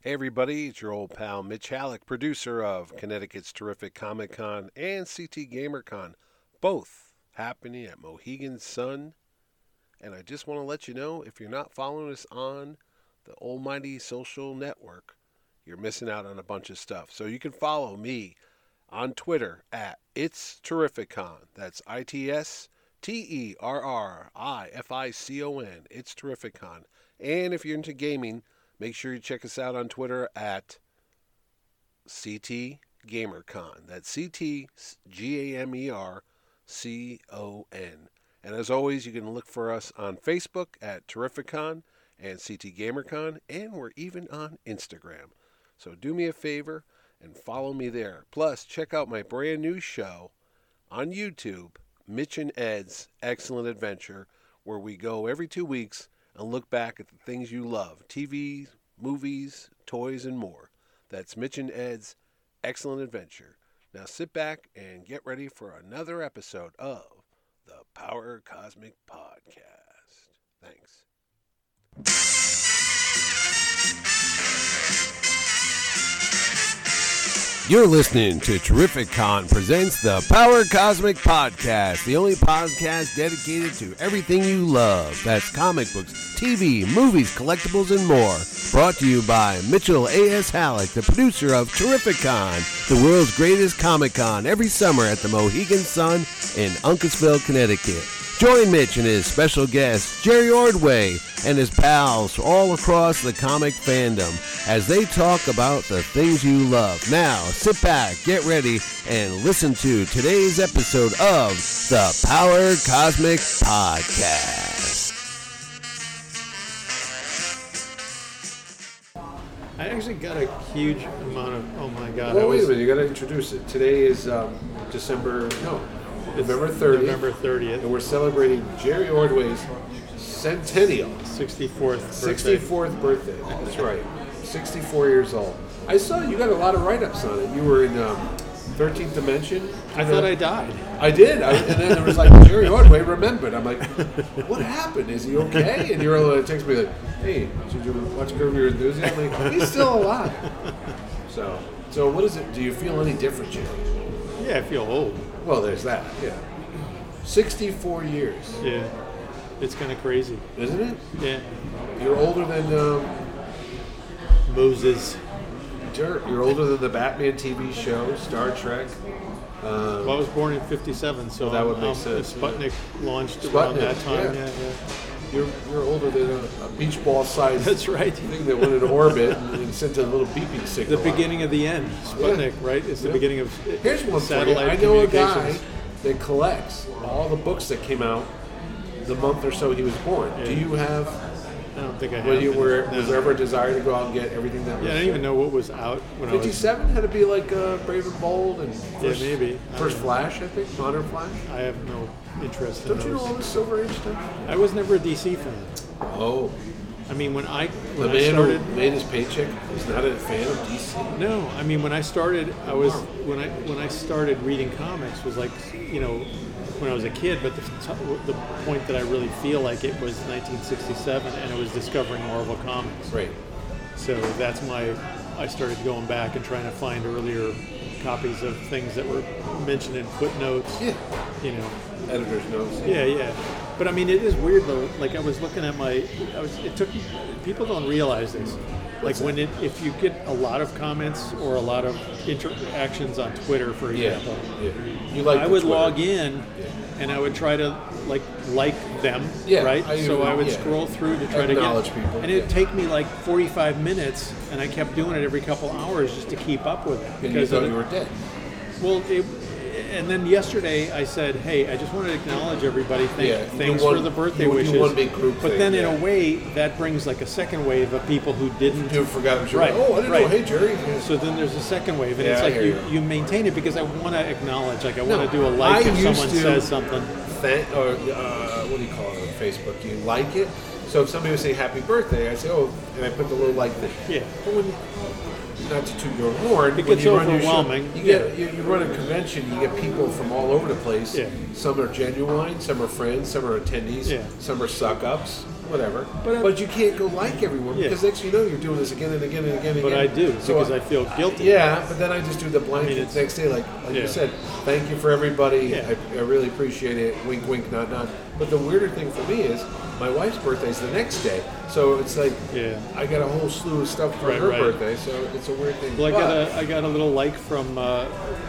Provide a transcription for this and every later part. Hey, everybody, it's your old pal Mitch Halleck, producer of Connecticut's Terrific Comic Con and CT GamerCon, both happening at Mohegan Sun. And I just want to let you know if you're not following us on the almighty social network, you're missing out on a bunch of stuff. So you can follow me on Twitter at It's Terrificon. That's I T S T E R R I F I C O N. It's Terrificon. And if you're into gaming, Make sure you check us out on Twitter at CT GamerCon. That's C T G A M E R C O N. And as always, you can look for us on Facebook at Terrificon and CT GamerCon, and we're even on Instagram. So do me a favor and follow me there. Plus, check out my brand new show on YouTube, Mitch and Ed's Excellent Adventure, where we go every two weeks and look back at the things you love TV, movies, toys, and more. That's Mitch and Ed's Excellent Adventure. Now sit back and get ready for another episode of the Power Cosmic Podcast. Thanks. You're listening to Terrific Con presents the Power Cosmic Podcast, the only podcast dedicated to everything you love. That's comic books, TV, movies, collectibles, and more. Brought to you by Mitchell A.S. Halleck, the producer of Terrific Con, the world's greatest Comic Con, every summer at the Mohegan Sun in Uncasville, Connecticut. Join Mitch and his special guest, Jerry Ordway, and his pals all across the comic fandom as they talk about the things you love. Now, sit back, get ready, and listen to today's episode of the Power Cosmic Podcast. I actually got a huge amount of. Oh my god! I Well, wait was- a minute, you gotta introduce it. Today is um, December, no, it's November 30th, November and 30th, we're celebrating Jerry Ordway's centennial. 64th birthday. 64th birthday. That's right. 64 years old. I saw you got a lot of write-ups on it. You were in um, 13th Dimension. I thought I died. I did. I, and then there was like Jerry Ordway remembered. I'm like, what happened? Is he okay? And you're like, text me like, hey, did you watch Curb Your Enthusiasm? I'm like, he's still alive. So, so what is it? Do you feel any different, Jerry? Yeah, I feel old. Well, there's that. Yeah. 64 years, Yeah, it's kind of crazy. isn't it? Yeah, You're older than um, Moses. Dirt. You're older than the Batman TV show, Star Trek. Um, Well, I was born in '57, so that would um, make um, sense, Sputnik launched around Sputnik, that time. yeah. Yeah, yeah. you're, you're older than a, a beach ball sized That's right. thing that went in orbit and, and sent a little beeping The signal. out. beginning of the end. Sputnik, right? It's the Yeah. beginning of uh, Here's one for you. satellite I know a guy communications. that collects all the books that came out the month or so he was born. Do you have? I don't think I have. Were you, it. were, No. Was there ever a desire to go out and get everything that? Yeah, was I didn't even know what was out when I was 57 had to be like uh, Brave and Bold and first, maybe. I first don't know. Flash, I think, Modern Flash. I have no interest in Don't you know those. all this Silver Age stuff? I was never a DC fan. Oh, I mean, when I The when I man started, who made his paycheck is not a fan of DC. no, I mean when I started, I was when I when I started reading comics was like you know when I was a kid. But the t- the point that I really feel like it was 1967, and it was discovering Marvel comics. Right. So that's my I started going back and trying to find earlier copies of things that were mentioned in footnotes. Yeah. You know, Editor's notes. Yeah, yeah. But I mean, it is weird though. Like I was looking at my, I was. It took. People don't realize this. Like when it, if you get a lot of comments or a lot of interactions on Twitter, for Yeah. example, yeah. You like I the would Twitter. log in and I would try to like like them, Yeah, right? I so even- I would yeah. scroll through to try to Acknowledge get, people, and it'd yeah. take me like forty-five minutes, and I kept doing it every couple hours just to keep up with it And you thought of- Mm-hmm. you were dead. well, it, and then yesterday I said, "Hey, I just want to acknowledge everybody. Thank, Yeah, you thanks do one- for the birthday you- you wishes." one big group but thing, then, yeah. in a way, that brings like a second wave of people who didn't. You forgot what you Right, were. Oh, I didn't know. right. Hey, Jerry. Yeah. So then there's a second wave, and Yeah, it's I like hear you, you. you maintain it because I want to acknowledge, like I No, want to do a like I if used someone to- says something. Thank, or, uh, what do you call it on Facebook? You like it? So if somebody would say happy birthday, I say, oh, and I put the little like thing. Yeah. But when, not to toot your own horn, It when gets you run your show- overwhelming, you yeah. get you, you run a convention, you get people from all over the place. Yeah. Some are genuine, some are friends, some are attendees, Yeah. some are suck ups. whatever. But But, I- you can't go like everyone Yeah. because next you know you're doing this again and again and again. and But again. I do So because I, feel guilty. Yeah, but then I just do the blanket it's- next day, like like Yeah. you said. Thank you for everybody. Yeah. I, I really appreciate it. Wink, wink, nod, nod. But the weirder thing for me is my wife's birthday's the next day, so it's like Yeah. I got a whole slew of stuff for Right, her right. birthday. So it's a weird thing. Well, I But- got a I got a little like from uh,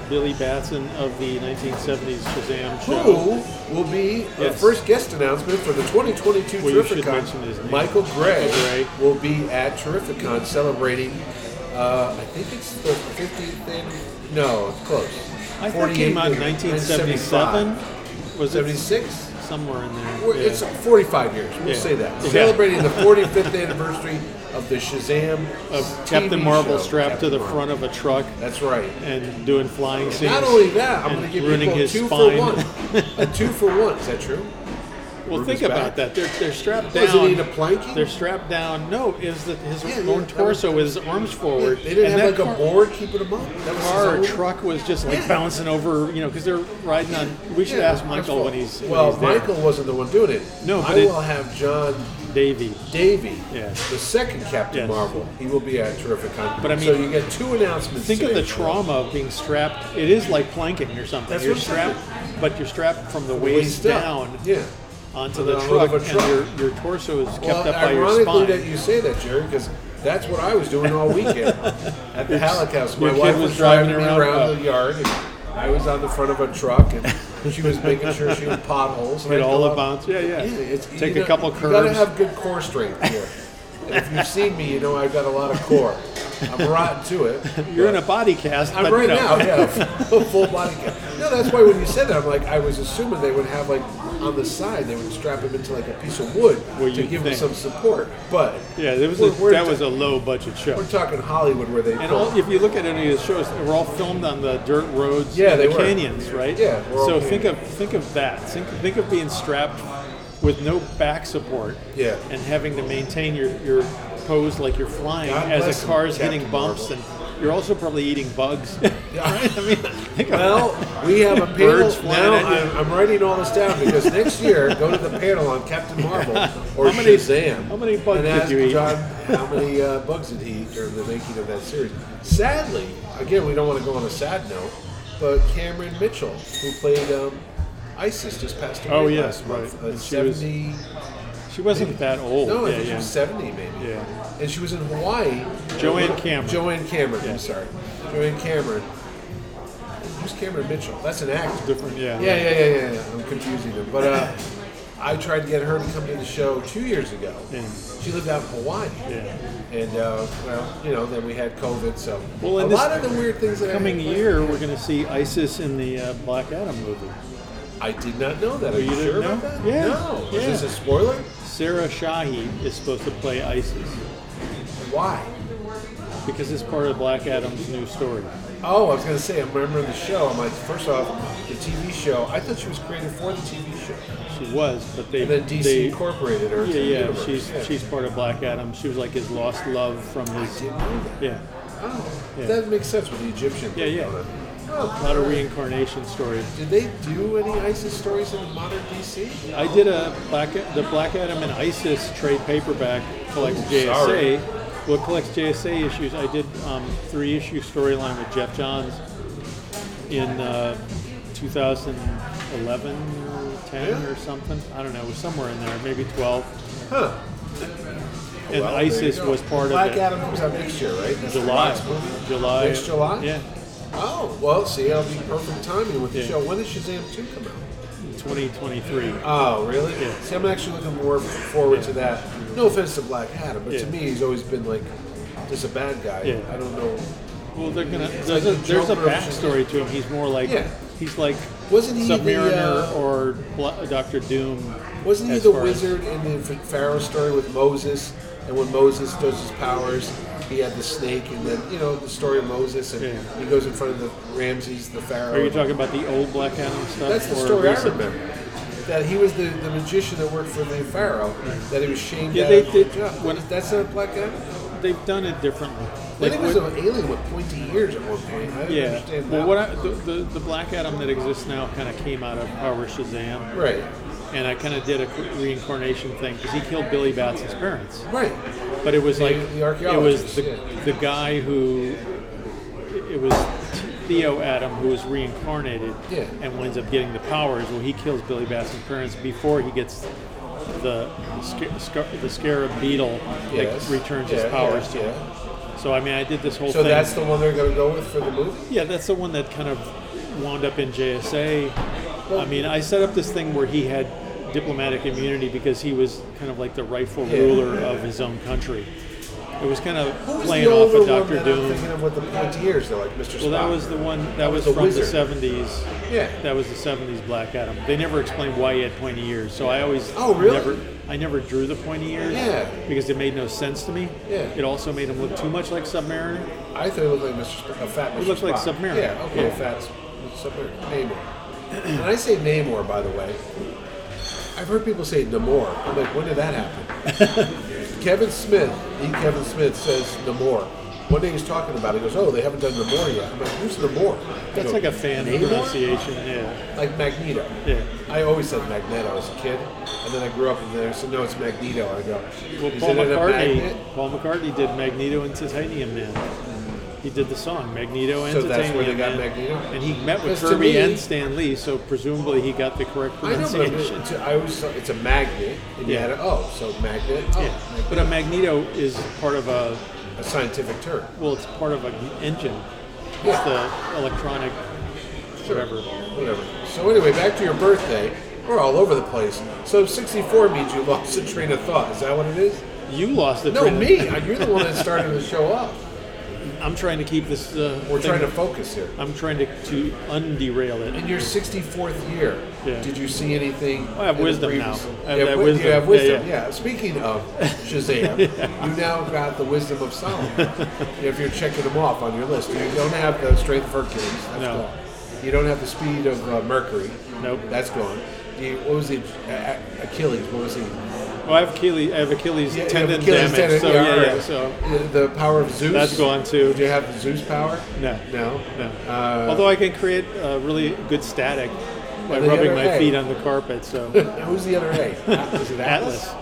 Billy Batson of the 1970s Shazam show. who will be our Yes. first guest announcement for the 2022 Well, you should mention his Terrificon. name. Michael Gray, Michael Gray. will be at Terrificon celebrating. Uh, I think it's the 50th. an- No, it's close. I think it came out in 1977. 1975. Was it 76. somewhere in there? Well, Yeah. It's 45 years. We'll Yeah. say that. Yeah. Celebrating the 45th anniversary of the Shazam of TV Captain Marvel show, strapped to Captain the Marvel. front of a truck That's right. and doing flying scenes. Not only that, I'm and going to give ruining people a his two spine. for one. A two for one. Is that true? Well, Ruben's think back. about that. They're, they're strapped down. Was it in a planking? They're strapped down. No, is that his Yeah, yeah, own that was- torso with his arms forward. They didn't and have like that a car- board keeping them up. That was Car or his own- truck was just like Yeah. bouncing over, you know, because they're riding on. We should Yeah, ask Michael when he's when well, he's there. Michael wasn't the one doing it. No, I but it- will have John Davy. Davy, Yeah. the second Captain Yes. Marvel. He will be at terrific time. But I so mean- you get two announcements. Think of today. the trauma of being strapped. It is like planking or something. That's you're what I'm strapped, but you're strapped from the Waist waist up. down Yeah. onto On the the hood truck, of a truck. and your, your torso is kept well, up by your ironically spine. that you say that, Jerry, because that's what I was doing all weekend at the Halleck House. My Your kid wife was, was driving, driving me around, around uh, the yard, and I was on the front of a truck, and she was making sure she was potholes. and It I'd all go out- about yeah, yeah. Yeah, it's, Take you a know, couple You gotta curves. have good core strength here. And if you've seen me, you know I've got a lot of core. I'm rotten to it. You're in a body cast. I'm but right no. now, yeah, full body. ca- No, that's why when you said that, I'm like, I was assuming they would have like on the side, they would strap him into like a piece of wood Well, to you'd give him think. some support. But Yeah, there was we're- a, we're that ta- was a low budget show. we're talking Hollywood where they And pull- all, if you look at any of the shows, they were all filmed on the dirt roads, Yeah, and they the were. canyons, right? Yeah, we're all So think of think of that. Think, think of being strapped with no back support. Yeah. And having to maintain your, your pose like you're flying God as bless the car's Captain hitting bumps, Marvel. and you're also probably eating bugs. Yeah. right? I mean, think Well, of we have a panel Birds flying now. at you. I'm, I'm writing all this down because next year, go to the panel on Captain Marvel or How many- Shazam. how many bugs and did ask you eat? John how many uh, bugs did he eat during the making of that series? Sadly, again, we don't want to go on a sad note, but Cameron Mitchell, who played um, Isis, just passed away Oh, yes, last month. right. Uh, And she was- Seventy? that. She wasn't that old. no, I yeah, think she yeah. was seventy, maybe. yeah. And she was in Hawaii. Joanne Cameron. Joanne Cameron. Yeah. I'm sorry, Joanne Cameron. Who's Cameron Mitchell? That's an actor. Different. Yeah. Yeah, yeah, yeah, yeah, yeah. I'm confusing them. But uh, I tried to get her to come to the show two years ago. Yeah. She lived out in Hawaii. Mm. yeah. And, uh, well, you know, then we had COVID, so Well, a and lot of this the weird things that Coming I, year, we're going to see ISIS in the uh, Black Adam movie. I did not know that. Are Oh, you didn't sure about know? that? Yeah, No. yeah. Is this a spoiler? Sarah Shahi is supposed to play ISIS Why? because it's part of Black Adam's new story. Oh, I was going to say, I remember the show. I'm like, first off, the TV show, I thought she was created for the TV show. She was, but they And then DC they, incorporated her. yeah, to the yeah, universe. she's she's part of Black Adam. She was like his lost love from his Didn't know that. yeah, Oh, Yeah. that makes sense with the Egyptian Yeah, thing, yeah. don't it? Oh, not a reincarnation story. Did they do any ISIS stories in modern DC? I did a Black the Black Adam and ISIS trade paperback collects JSA. sorry. Well, it collects JSA issues. I did um, three issue storyline with Jeff Johns in uh, 2011 or 10 or something. I don't know. It was somewhere in there, maybe 12. Huh. And Well, there you ISIS go. was part Black of it. Adam comes out next year, right? That's the July, last movie. July, Next July? yeah, Oh, well, see, that'll be perfect timing with the Yeah. show. When does Shazam 2 come out? 2023. Oh, really? See, I'm actually looking more forward to that. No offense to Black Adam, but Yeah. to me, he's always been like just a bad guy. Yeah. I don't know. Well, they're gonna. There's a, like the there's a Joker of Shazam. backstory to him. He's more like. Yeah. He's like. Wasn't he the, Submariner uh, or Bla- Doctor Doom? Wasn't he as the far as- wizard in the Ph- Pharaoh story with Moses? And when Moses does his powers, he had the snake, and then you know the story of Moses, and Yeah. he goes in front of the Ramses, the Pharaoh. Are you talking about the old Black Adam stuff? That's the or story I recent? remember. That he was the, the magician that worked for the Pharaoh, that he was shamed Yeah, out they of the did- job. when- that's a black guy? They've done it differently. I think it was what- an alien with pointy ears at one point. I didn't yeah. understand that. Well, what I, the, the the Black Adam that exists now kind of came out of Power Shazam. right. and I kind of did a reincarnation thing because he killed Billy Batson's parents. Right. But it was like the it was archaeologist, the, yeah. the guy who it was Theo Adam who was reincarnated Yeah. and winds up getting the powers. Well, he kills Billy Batson's parents before he gets the sca- scar- the scarab beetle Yes. that returns Yeah, his powers yeah, to him. yeah. So I mean, I did this whole So thing. that's the one they're going to go with for the movie. Yeah, that's the one that kind of wound up in JSA. I mean, I set up this thing where he had diplomatic immunity because he was kind of like the rightful Yeah, ruler yeah. of his own country. It was kind of Who was playing the off older of one Doctor that I'm thinking Doom. of with the pointy ears? They're like Mr. Well, that Spock. was the one that, was, was the from wizard. the 70s. Yeah. That was the 70s Black Adam. They never explained why he had pointy ears, so I always Oh, really? never I never drew the pointy ears Yeah. because it made no sense to me. Yeah. It also made him look too much like Submariner. I thought it looked like Mr. Spock, a fat Mr. It looked like Spock. Submariner. Yeah, okay, Yeah. fat Submariner. Namor. When I say Namor, by the way, I've heard people say Namor. I'm like, when did that happen? Kevin Smith, the Kevin Smith says Namor. One day he's talking about it. He goes, oh, they haven't done Namor yet. I'm like, who's Namor? They That's go, like a fan Namor? pronunciation. Yeah. Like Magneto. Yeah. I always said Magneto as a kid, and then I grew up and then I said, no, it's Magneto. I go, Well, is Paul it in a magnet? McCartney. Paul McCartney did Magneto and Titanium Man. He did the song Magneto and So that's Titanium where they got Man. Magneto? And he met with Because to Kirby me- and Stan Lee, so presumably he got the correct I know, but it's, pronunciation. it's- I always thought it's a magnet, and you Yeah. had a oh, so magnet, oh, Yeah. magnet. But a Magneto is part of a a scientific term. well, it's part of an engine. It's Yeah. the electronic whatever. Whatever. So anyway, back to your birthday. We're all over the place. So 64 means you lost a train of thought. Is that what it is? You lost the No, train of- me. You're the one that started the show off. I'm trying to keep this. Uh, We're thing- trying to focus here. I'm trying to to underail it. In your 64th year, Yeah. did you see anything? I have in the wisdom previous- now. I You have have, that wi- wisdom. You have Yeah, wisdom. yeah. Yeah. Speaking of Shazam, you now got the wisdom of Solomon. if you're checking them off on your list, you don't have the strength of Hercules. That's No. gone. You don't have the speed of uh, Mercury. Nope. That's gone. You, what was he? Uh, Achilles. What was he? Well, Oh, I have Achilles. I have Achilles Yeah, tendon Achilles damage. tendon, so yeah, yeah, all yeah. right. So The, the power of Zeus. That's gone, too. Did you have the Zeus power? No. No. no. Uh, Although I can create uh, really good static by And the rubbing other my egg. feet on the carpet. So Who's the other A? Is it Atlas. I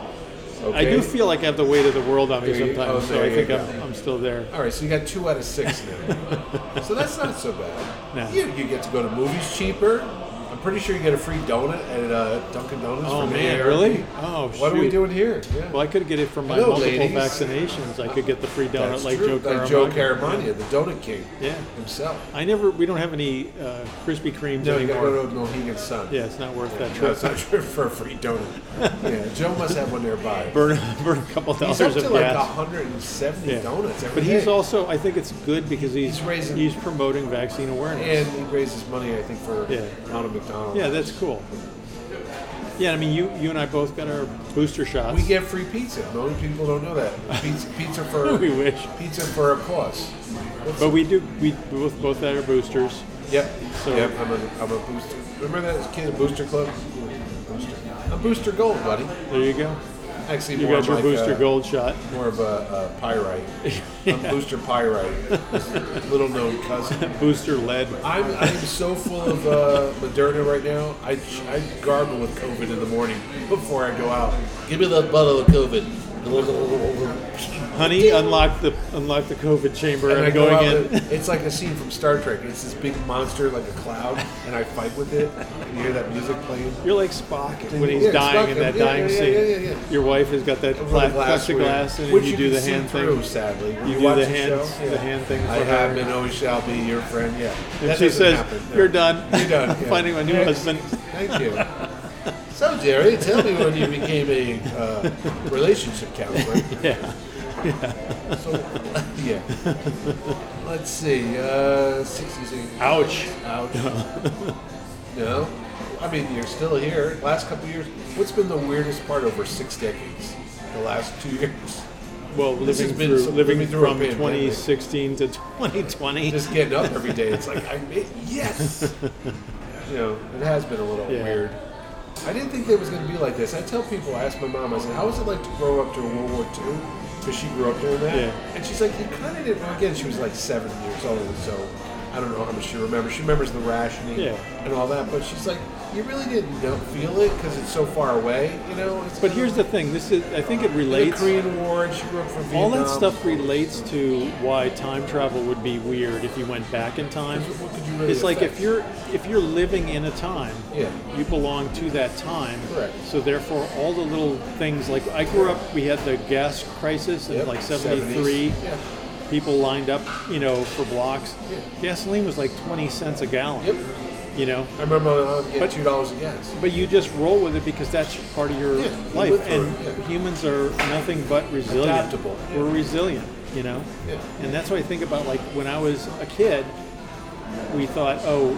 Okay. do feel like I have the weight of the world on me There you- sometimes. oh, so there I you think go. I'm, I'm still there. All right, so you got two out of six now. so that's not so bad. No. You, you get to go to movies cheaper. I'm pretty sure you get a free donut at uh, Dunkin' Donuts. Oh, from man, AARP. really? Oh, What are we shoot. doing here? Yeah. Well, I could get it from my Hello, multiple ladies. vaccinations. I could get the free donut That's like Joe true. Caramagna. like Joe Caramagna, the donut king Yeah. himself. I never. We don't have any uh, Krispy Kremes No, you got to anymore. go to Mohegan Sun. yeah, it's not worth that No, trip. it's not true for a free donut. yeah, Joe must have one nearby. burn, burn a couple dollars He's up of to like gas. 170 Yeah. donuts every but day. he's also, I think it's good because he's He's raising- promoting vaccine awareness. and he raises money, I think, for Yeah. Ronald McDonald. yeah, that's cool. Yeah, I mean, you you and I both got our booster shots. We get free pizza. Most people don't know that. Pizza, pizza for We wish, pizza for a cause. What's- but we do. We both both had our boosters. yep, So- yep. I'm a, I'm a booster. Remember that kid, Booster Club? Booster. I'm Booster Gold, buddy. There you go. Actually, You more got your like booster a, gold shot. More of a, uh pyrite. I'm Booster Pyrite, little known cousin. Booster lead. I'm, I'm so full of uh, Moderna right now. I, I gargle with COVID in the morning before I go out. Give me that bottle of COVID. Honey, unlock the unlock the COVID chamber. And I'm I go out going in. and- it's like a scene from Star Trek. It's this big monster like a cloud, and I fight with it. And you hear that music playing. You're like Spock when he's Yeah, dying Spock, in that yeah, dying yeah, yeah, scene. yeah, yeah, yeah. Your wife has got that Over pla- the glass plexiglass, window, and which you, do can the see hand thing. through, Sadly, When You do watch the hand- show, the hand thing I for have her. and always shall be your friend. Yeah, And That she doesn't says, happen. No. "You're done. You're done. yeah. Finding my new Next. husband." Thank you. So, Jerry, tell me when you became a uh, relationship counselor. Yeah. So, yeah. Let's see. Uh, 66. Ouch. Ouch. no. I mean, you're still here. Last couple years, what's been the weirdest part over six decades? The last two years? Well, This living has been through some- living living through a from pandemic. 2016 to 2020. Just getting up every day, it's like, I made, yes! you know, it has been a little Yeah. weird. I didn't think it was going to be like this. I tell people, I ask my mom, I said, how was it like to grow up during World War II? Because she grew up during that. Yeah. And she's like, you kind of didn't, again, she was like seven years old, so I don't know how much she remembers. She remembers the rationing Yeah. and all that, but she's like, you really didn't know, feel it because it's so far away, you know. It's But here's the thing. This is. I think it the relates. Korean War. and She grew up from Vietnam. All that stuff relates to why time travel would be weird if you went back in time. Because what could you really it's like affect? if you're if you're living in a time, Yeah. you belong to that time. Correct. So therefore, all the little things like I grew up, we had the gas crisis in Yep, like 70s. '73. Yeah. People lined up, you know, for blocks. Yeah. Gasoline was like 20 cents a gallon. Yep. You know, I remember when I was getting But- two dollars a gas. but you just roll with it because that's part of your Yeah, you life. live through And it, yeah. humans are nothing but resilient. Adaptable, yeah. We're resilient, you know? Yeah. And that's what I think about. Like when I was a kid, we thought, oh,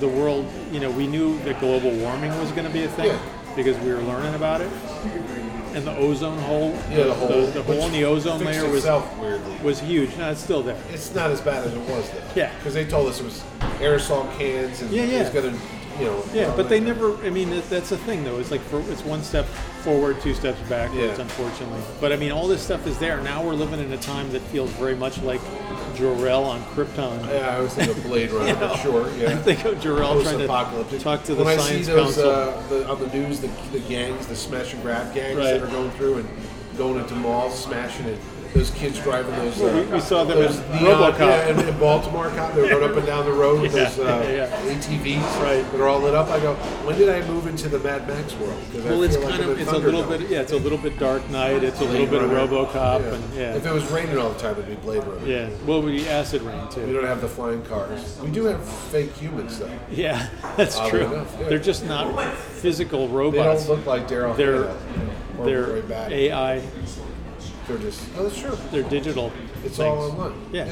the world, you know, we knew that global warming was going to be a thing Yeah. because we were learning about it. And the ozone hole, Yeah, the hole, the, the which hole in the ozone fixed layer was, itself weirdly. was huge. No, it's still there. It's not as bad as it was though. Yeah. Because they told us it was aerosol cans and Yeah, yeah. it's gonna, you know. Yeah, all but they that. never. I mean, that, that's the thing, though. It's like for, it's one step forward, two steps backwards, Yeah. unfortunately. But I mean, all this stuff is there. Now we're living in a time that feels very much like Jor-El on Krypton. Yeah, I always think of Blade Runner. know? for Sure. I Yeah. think of Jor-El trying to Post-apocalyptic. talk to the when I science see those, council. Uh, the, on the news, the, the gangs, the smash and grab gangs Right. that are going through and going into malls, smashing it. Those kids driving those. Well, we- uh, we saw them those in neon- RoboCop. Yeah, and in Baltimore cop, they rode up and down the road with Yeah, those uh, yeah, ATVs Right. that are all lit up. I go, when did I move into the Mad Max world? 'Cause I well, it's feel like kind I'm of in it's a little Thunderdome. bit yeah, it's a little bit Dark Knight. It's a little Blade bit of Runner. RoboCop, Yeah. If and it was raining all the time, it'd be Blade Runner. yeah, yeah. Well, we acid rain We too. don't have the flying cars. We do have fake humans though. Yeah, that's Oddly true. enough, yeah. They're just not physical They don't robots. look like Daryl They're- Hannah or Roy They're Batty. AI. They're just. Oh, that's true. They're digital. It's things. all online. Yeah.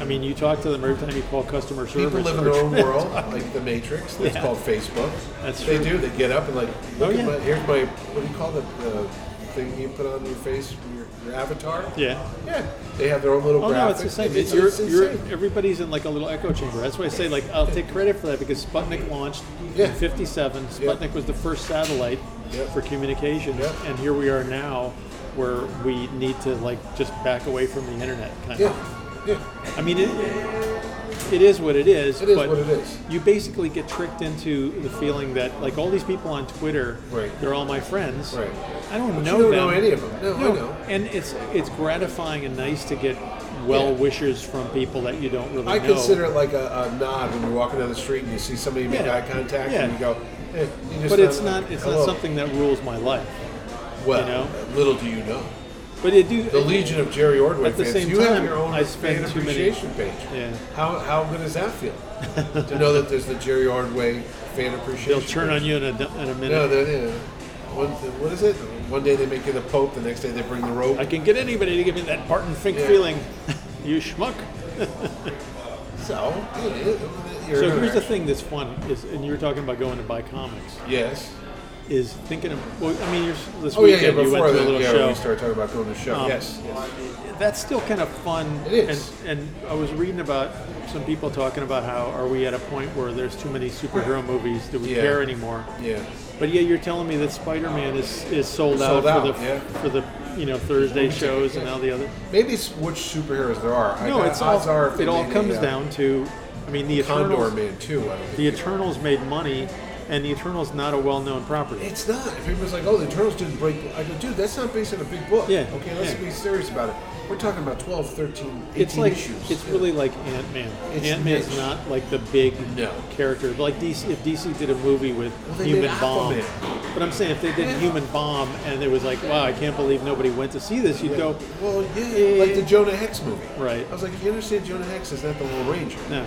I mean, you talk to them every time you call customer service. People live in their own world, like the Matrix. That's Yeah. called Facebook. That's they true. do. They get up and like, look Oh, at yeah. my, here's my what do you call the uh, thing you put on your face, your, your avatar? Yeah. Yeah. They have their own little Oh graphics. no, it's the same. and It's, you're, you're, insane. everybody's in like a little echo chamber. That's why I say like I'll take credit for that because Sputnik launched Yeah. in '57. Yeah. Sputnik was the first satellite Yeah. for communications, Yeah. and here we are now, where we need to like just back away from the internet. Kind of. Yeah. Yeah. I mean, it, it is what it is. It is but what it is. You basically get tricked into the feeling that, like, all these people on Twitter, Right. they're all my friends. Right. I don't But know you don't them. know any of them. No, I No, know. And it's it's gratifying and nice to get well wishers from people that you don't really I know. consider it like a, a nod when you're walking down the street and you see somebody make Yeah. eye contact Yeah. and you go, eh, you just but it's not it's hello. not something that rules my life. Well, you know? little do you know. But it do The Legion of Jerry Ordway At the fans, same you have time, your own I spend fan too many- appreciation page. Yeah. How, how good does that feel? to know that there's the Jerry Ordway fan appreciation. They'll turn on you in a, in a minute. No, they're, they're- one, what is it? One day they make you the Pope, the next day they bring the rope. I can get anybody to give me that Barton Fink Yeah. feeling. you schmuck. so, yeah, it- your So here's the interaction. thing that's fun is, and you were talking about going to buy comics. Yes. is thinking of. Well, I mean, you're, s- this Oh, yeah, weekend yeah, you before went to a the, little yeah, we show. Um, started talking about going to the show. yes. yes. That's still kind of fun. It is. And, and I was reading about some people talking about how are we at a point where there's too many superhero movies? Do we Yeah. care anymore? Yeah. But yeah, you're telling me that Spider-Man is, is sold, Sold out, out, for the yeah. for the you know Thursday shows and all the other. Maybe it's which superheroes there are. I No, got- it's odds all. are if it all made a, comes uh, down to, I mean, the Condor Eternals. Man too. I don't think The Eternals made money, and the Eternals not a well-known property. It's not. If everyone's like, "Oh, the Eternals didn't break," I go, "Dude, that's not based on a big book." Yeah, Okay, let's yeah. be serious about it. We're talking about 12, 13, 18 it's like issues. it's really like Ant Man. It's Ant Man's niche. not like the big No. character. Like DC, if DC did a movie with Well, they Human made Bomb, Aquaman. but I'm saying if they did Yeah. Human Bomb and it was like, wow, I can't believe nobody went to see this, you'd Yeah. go, well, yeah, like the Jonah Hex movie. Right. I was like, if you understand Jonah Hex is not the Lone Ranger, no.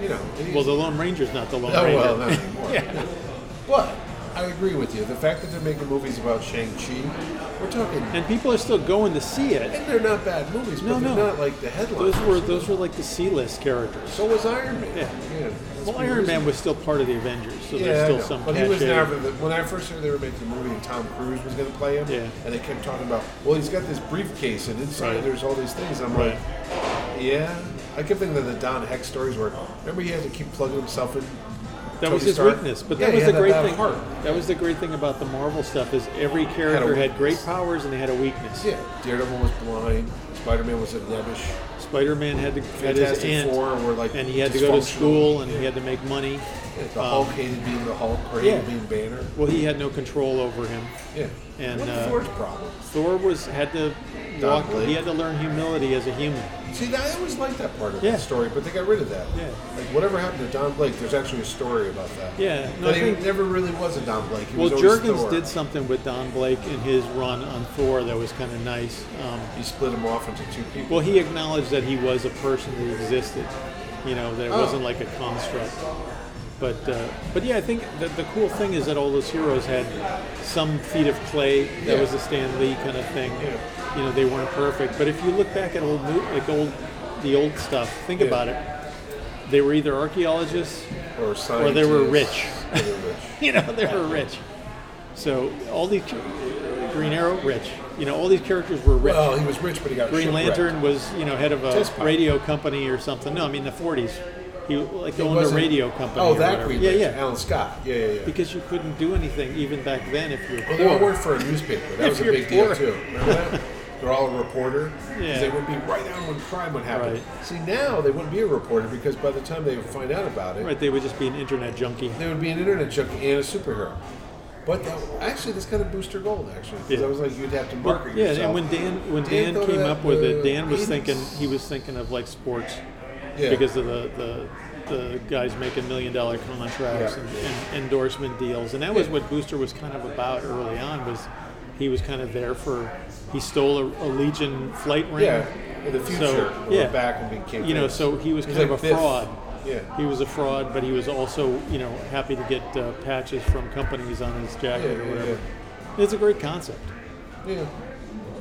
you know. it is- Well, the Lone Ranger's not the Lone oh Ranger. well, not anymore. yeah. But I agree with you. The fact that they're making movies about Shang Chi, we're talking, and, And people are still going to see it. they're not bad movies, No, but they're no. not like the headlines. Those were those were like the C-list characters. So was Iron Man. Yeah. let's Well, be Iron reasonable. Man was still part of the Avengers, so I there's still know. some But cachet. he was never the, when I first heard they were making the movie and Tom Cruise was going to play him. Yeah. And they kept talking about, well, he's got this briefcase and inside Right. there's all these things. I'm Right. like, yeah. I kept thinking of the Don Heck stories where remember he had to keep plugging himself in. That Tony was his Stark? weakness, but Yeah, that he was the had great bad thing. Heart. That was the great thing about the Marvel stuff is every character had, weakness. great powers and they had a weakness. Yeah. Daredevil was blind. Spider Man was a nebbish. Spider-Man had to had his Fantastic aunt, Four were like and he had to go to dysfunctional. school, and he had to make money. The Hulk hated being the Hulk, or Um, yeah. hated being Banner. Well, he had no control over him. Yeah. And, what uh, Thor's problems? Thor was had to Don walk. Blake. He had to learn humility as a human. See, I always liked that part of Yeah. the story, but they got rid of that. Yeah. Like whatever happened to Don Blake, there's actually a story about that. Yeah, no, No, I he think- never really was a Don Blake. He Well, was always Jurgens Thor. did something with Don Blake in his run on Thor that was kind of nice. Um, He split him off into two people. well, he acknowledged that he was a person that existed, you know, that it Oh. wasn't like a construct. But uh, but yeah, I think that the cool thing is that all those heroes had some feet of clay. That Yeah. was a Stan Lee kind of thing. Yeah. You know, they weren't perfect. But if you look back at old mo- like old the old stuff, think Yeah. about it. They were either archaeologists or or they were scientists. They were rich. you know they were rich so all these uh, green arrow rich you know all these characters were rich Well, he was rich, but he got green shipwrecked. lantern was you know head of a Test pilot. radio company or something no i mean the 40s he like He owned a wasn't- radio company Oh, or that whatever. Green yeah Lantern, yeah Alan Scott. Yeah, yeah, yeah. because you couldn't do anything even back then if you were Well, they all poor. worked for a newspaper. If That was a you're big deal poor. too. Remember that? They're all a reporter. 'Cause Yeah. They would be right on when crime would happen. Right. See, now they wouldn't be a reporter because by the time they would find out about it, right they would just be an internet junkie they would be an internet junkie and a superhero. But that, actually, this kind of boost her gold actually. Because Yeah. I was like, you'd have to Well, market yeah yourself. and when dan when Dan dan, thought of came that, up with uh, it dan was 80s. thinking he was thinking of like sports Yeah. because of the, the the guys making million dollar contracts Yeah. and, and endorsement deals, and that was Yeah. what Booster was kind of about early on. Was he was kind of there for he stole a, a Legion flight ring. yeah, in the future, So, we're yeah. back and became You know, famous. so he was He's kind of like a Biff. fraud. Yeah. He was a fraud, but he was also, you know, happy to get uh, patches from companies on his jacket Yeah, or yeah, whatever. It's a great concept, yeah.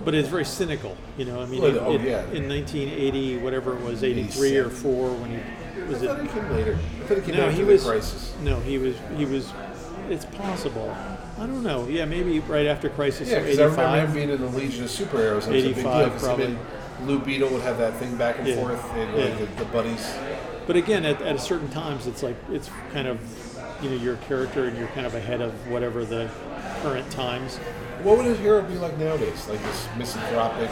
but it's very cynical. You know, I mean, Well, it- oh, it- yeah. in 1980, whatever it was, 83 or 87. four, when he was I it thought he came later. I thought he came no, after he the was. crisis. No, he was. He was. It's possible. I don't know. Yeah, maybe right after Crisis. Yeah, so because I remember him 85. being in the Legion of Superheroes. That was a big deal 85 because him and Lou Beetle would have that thing back and Yeah. forth, and like Yeah. the, the buddies. But again, at, at certain times, it's like it's kind of you know your character, and you're kind of ahead of whatever the current times. What would a hero be like nowadays? Like this misanthropic,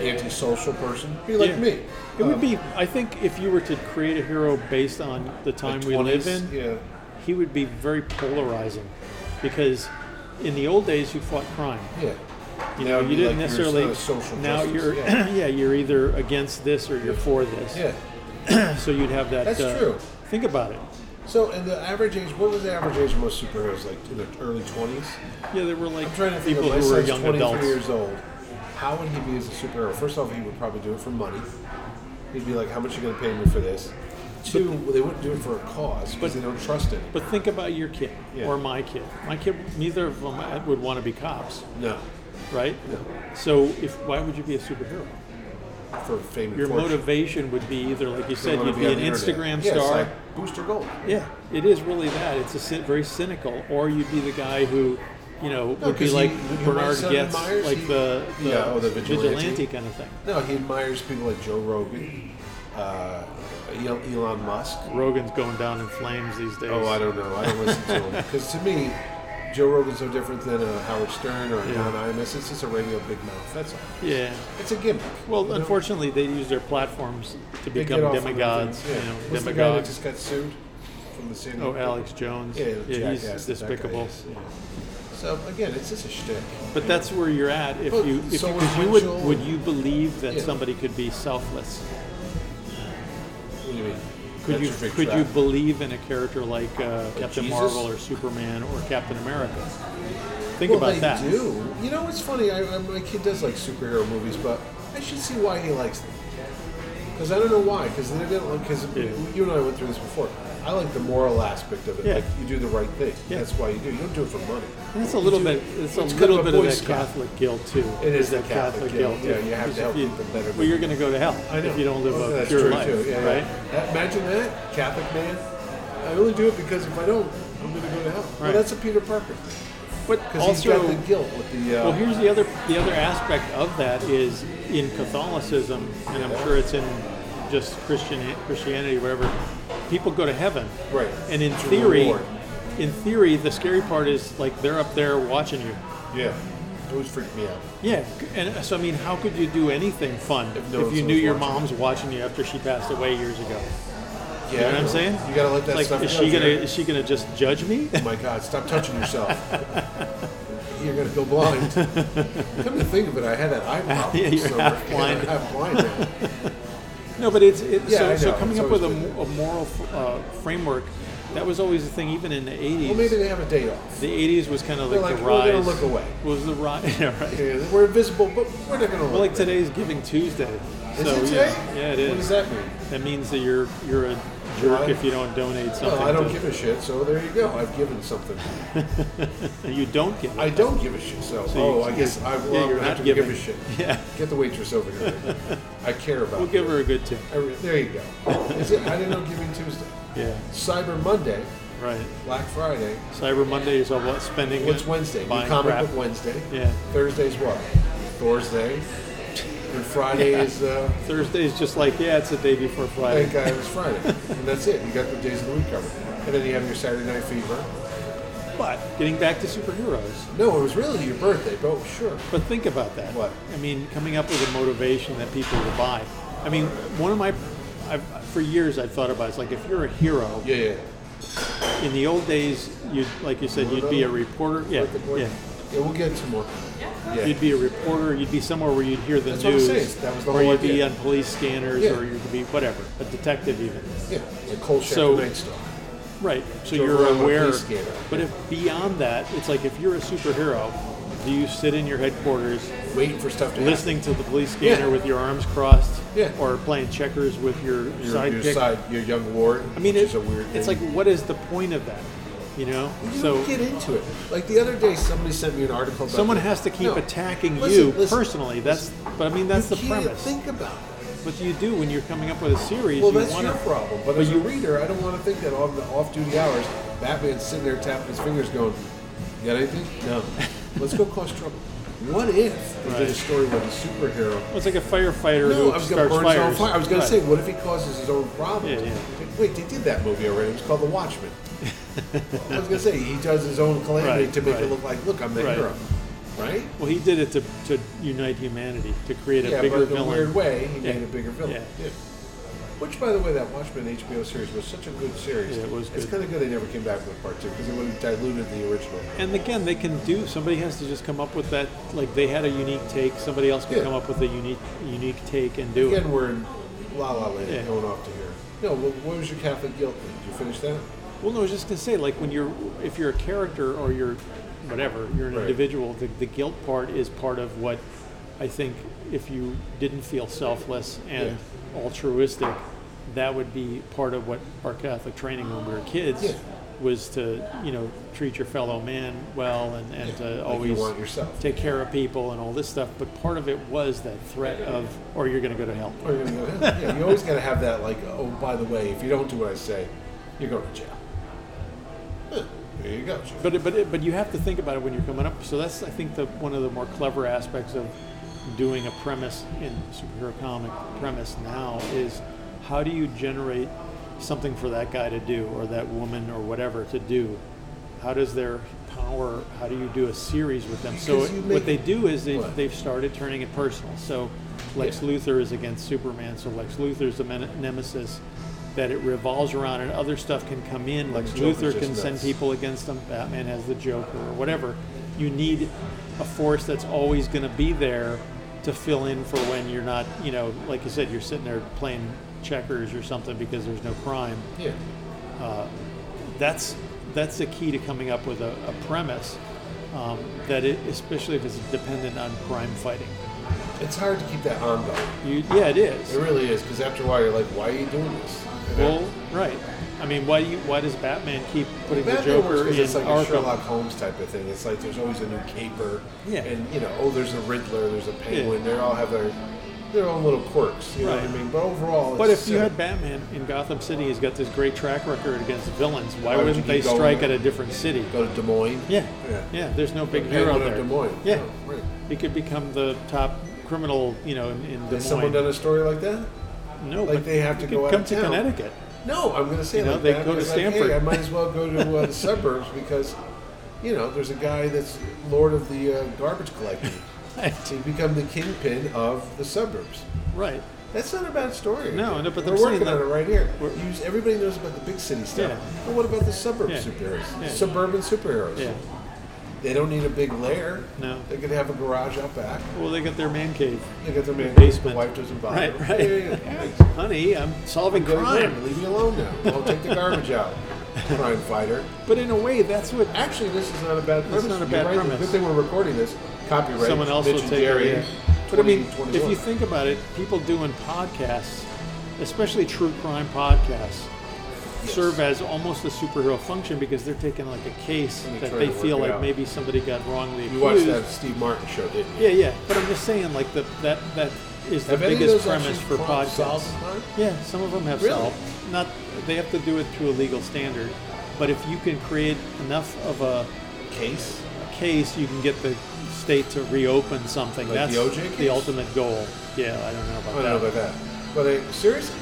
antisocial person? Be like Yeah. me. Um, It would be. I think if you were to create a hero based on the time we live in, Yeah. he would be very polarizing, because in the old days you fought crime. Yeah. You Now know, it'd you be didn't like you're necessarily. sort of social now justice, you're, yeah. yeah. you're either against this or you're for this. Yeah. So you'd have that. That's uh, true. Think about it. So, and the average age, what was the average age of most superheroes? Like in their early 20s? Yeah, there were like I'm trying to think people of my who were son's young 23 adults. years old. How would he be as a superhero? First off, he would probably do it for money. He'd be like, "How much are you going to pay me for this?" Two, they wouldn't do it for a cause because but- they don't trust it. But think about your kid Yeah. or my kid. My kid, neither of them would want to be cops, No, right? No. So if why would you be a superhero? for fame and Your fortune. motivation would be either, like you They said, wanna you'd be, on an the Instagram internet. Yeah, it's star. like Booster Gold. Yeah, it is really that. It's a cy- very cynical, or you'd be the guy who, you know, would be 'cause like he- you know, my Bernard son Getz, admires- like he- the, the, Yeah, oh, the vigilante. kind of thing. No, he admires people like Joe Rogan, uh, El- Elon Musk. Rogan's going down in flames these days. Oh, I don't know. I don't listen to him because to me, Joe Rogan's no different than a Howard Stern or a Yeah. John Imus. It's just a radio big mouth. That's all. Yeah. It's a gimmick. you Well, know? unfortunately, they use their platforms to They become get off on demigods. the things, You yeah. know, What's the guy that demagogues. just got sued from the San Oh, Alex Jones. Yeah, he's jackass that guy despicable. is, yeah. So again, it's just a shtick. But that's where you're at. If But you, if so you, was 'cause you would, Mitchell. would you believe that Yeah. somebody could be selfless? What do you mean? Could That's you your big could you trap. believe in a character like uh, Captain Oh, Jesus? Marvel or Superman or Captain America? Think well, about they that. do. You know what's funny? I, I, my kid does like superhero movies, but I should see why he likes them. Because I don't know why. Because they didn't. Because Yeah. you and I went through this before. I like the moral aspect of it. Yeah. Like you do the right thing. Yeah. That's why you do. You don't do it for money. And it's a little You do- bit. It's a it's kind little of a bit of Boy that Scout. Catholic guilt too. It is That the Catholic guilt, yeah, you have to Because help if you- people better Well, you're going to go to hell I know. if you don't live Well, a that's pure true, life, too. Yeah, right? yeah. That- Imagine that, Catholic man. I only do it because if I don't, I'm going to go to hell. Well, Right. that's a Peter Parker thing. But Because he's got also, the guilt with the. Uh, well, here's the other the other aspect of that is in Catholicism, and I'm sure it's in just Christian Christianity, whatever. People go to heaven, Right. And in It's a theory, reward. in theory, the scary part is like they're up there watching you. yeah. always freaked me out. Yeah, c- and so I mean, how could you do anything fun If if, no one's you knew your watching. mom's watching you after she passed away years ago? Yeah, You know what I'm saying? You gotta let that like, stuff. is go, she gonna dude. is she gonna just judge me? Oh my God! Stop touching yourself. You're gonna go blind. Come to think of it, I had that eye problem. Yeah, you're so half we're- blind. I'm half blind now. no, but it's it, Yeah, so, I so know. coming It's up with a, always been mo- a moral f- uh, framework that was always a thing, even in the 80s. Well, maybe they have a day off. the 80s was kind of They're like, like, the "We're rise. gonna look away." Was the rise? Yeah, right. Yeah, we're invisible, but we're not gonna. Well, look like today's Giving Tuesday. Is so, it yeah. today? Yeah, it is. What does that mean? That means that you're you're a jerk I- if you don't donate something. Well, I don't to- give a shit, so there you go. I've given something. You don't give. I don't give a shit, so, So oh, you- I guess I yeah, will you're have not to giving. give a shit. Yeah. Get the waitress over here. I care about We'll give you. her a good tip. I re- there you go. Is it? I didn't know Giving Tuesday. Yeah. Cyber Monday, Right. Black Friday. Cyber Monday is all about spending. What's it, Wednesday? New Buying comic crap. book Wednesday. Yeah. Thursday's what? Thursday. And Friday is uh, Thursday is just like yeah, it's the day before Friday. Thank God it was Friday. and that's it. You got the days of the week covered. And then you have your Saturday Night Fever. But getting back to superheroes. No, it was really your birthday, but sure. But think about that. What? I mean, coming up with a motivation that people will buy. I mean, one of my, I've, for years I've thought about it. it's like if you're a hero, Yeah, yeah. in the old days, you'd like you said, you'd be a reporter. Yeah, Birthday boy. yeah. Yeah, we'll get some more. Yeah. You'd be a reporter. You'd be somewhere where you'd hear the That's what I'm news, saying, that was the or whole you'd be idea. on police scanners, Yeah. or you could be whatever, a detective even. yeah. Like Cole Shepherd So- Night stuff. Right. So To you're run a aware. police scanner. But if beyond that, it's like if you're a superhero, do you sit in your headquarters Waiting for stuff to listening to the police scanner Yeah. with your arms crossed, Yeah. or playing checkers with your, happen. Your, sidekick? your side, your young ward. I mean, which it, is a weird. it's thing. like what is the point of that? You know. You so don't get into it. Like the other day, somebody sent me an article. About someone that. has to keep No. attacking Listen, you listen, personally. That's. But I mean, that's you the can't premise. Think about it. But you do when you're coming up with a series. Well, you that's wanna, your problem. But, as a reader, I don't want to think that on the off-duty hours, Batman's sitting there tapping his fingers, going, "You got anything? No. Let's go cause trouble." What if they did a Right. story with a superhero? Well, it's like a firefighter No, who I was going to starts burn his own fires. fire. I was going Right. to say, what if he causes his own problems? Yeah, yeah. Wait, they did that movie already. It was called The Watchmen. I was going to say he does his own calamity Right, to make it right. look like, look, I'm the Right. hero, right? Well, he did it to, to unite humanity, to create a yeah, bigger but in villain. a weird way, he Yeah. made a bigger villain. Yeah. Yeah. Which, by the way, that Watchmen HBO series was such a good series. Yeah, it was It's good. kind of good they never came back with part two because it would have diluted the original. And again, they can do. Somebody has to just come up with that. Like they had a unique take. Somebody else can Yeah. come up with a unique unique take and do Again, we're in La La Land Yeah. going off to here. No, what, what was your Catholic guilt thing? Did you finish that? it. Well, no, I was just gonna say, like when you're if you're a character or you're whatever, you're an Right. individual. The, the guilt part is part of what I think. If you didn't feel selfless and altruistic, that would be part of what our Catholic training when we were kids Yeah. was to you know treat your fellow man well and and Yeah, like to you always want yourself. take care of people and all this stuff. But part of it was that threat of or you're gonna go to hell. Or Oh, you're gonna go, "Hell, yeah, you always got to have that, like, oh, by the way, if you don't do what I say, you're going to jail. Huh, there you go. Jim. But it- but it- but you have to think about it when you're coming up. So that's I think the one of the more clever aspects of doing a premise in superhero comic premise now is how do you generate something for that guy to do or that woman or whatever to do? How does their power? How do you do a series with them? So Because you what make- they do is they What? they've started turning it personal. So Lex Yeah. Luthor is against Superman. So Lex Luthor's the men- nemesis. That it revolves around, and other stuff can come in. Lex Joker's Luthor just can send nuts. people people against them. Batman has the Joker or whatever. You need a force that's always going to be there to fill in for when you're not, you know, like you said, you're sitting there playing checkers or something because there's no crime. yeah. That's that's the key to coming up with a, a premise um, that, it, especially if it's dependent on crime fighting. It's hard to keep that ongoing. You, yeah, it It is. really is because after a while, you're like, why are you doing this? You know? Well, right. I mean, why do you, why does Batman keep putting the Batman works Joker in because it's like a Arkham? Sherlock Holmes type of thing. It's like there's always a new caper, Yeah. and you know, oh, there's a Riddler, there's a Penguin. They all have their their own little quirks. You know what I Right. mean? But overall, it's But if you silly. had Batman in Gotham City, he's got this great track record against villains. Why, Why would wouldn't you they keep going strike there? at a different city? go to Des Moines, Yeah, Yeah. yeah. there's no big hero Penguin of there. Des Moines, Yeah, Oh, right. he could become the top criminal, you know, in, in Des Has someone Moines. done a story like that? no, like but they have to he could go out come of to town. Connecticut. No, I'm going to say You know, like they that go to because, like, hey, Stanford. I might as well go to uh, the suburbs because you know, there's a guy that's lord of the uh, garbage collecting. He's become the kingpin of the suburbs. right. That's not a bad story. No, no, but we're I'm saying working that- on it right here. we're- Use everybody knows about the big city stuff. Yeah. But what about the suburb Yeah. superheroes? Yeah. Suburban superheroes. Yeah. They don't need a big lair. No. They could have a garage out back. Well, they got their man cave. They got their man Basement. The wife doesn't bother. Right, them. right. Yeah, yeah, yeah. Honey, I'm solving Go to crime. them. Leave me alone now. I'll take the garbage out. Crime fighter. But in a way, that's what Actually, this is not a bad premise. That's not a You're bad right. premise. Good thing we're recording this. Copyright. someone else Mitch will and take Jerry, it. yeah. But I mean, if 2021. you think about it, people doing podcasts, especially true crime podcasts, serve as almost a superhero function because they're taking like a case And they that try they to work feel it like out. maybe somebody got wrongly you watched accused. that Steve Martin show, didn't you? Yeah, yeah. But I'm just saying, like the, that that is the Have any of biggest those premise actually for solved- solved podcasts. crime? Yeah, some of them have Really? solved. Not they have to do it through a legal standard, but if you can create enough of a Case. case, you can get the state to reopen something. Like That's the OJ case? the ultimate goal. Yeah, I don't know about I don't know that. about that. But uh, seriously,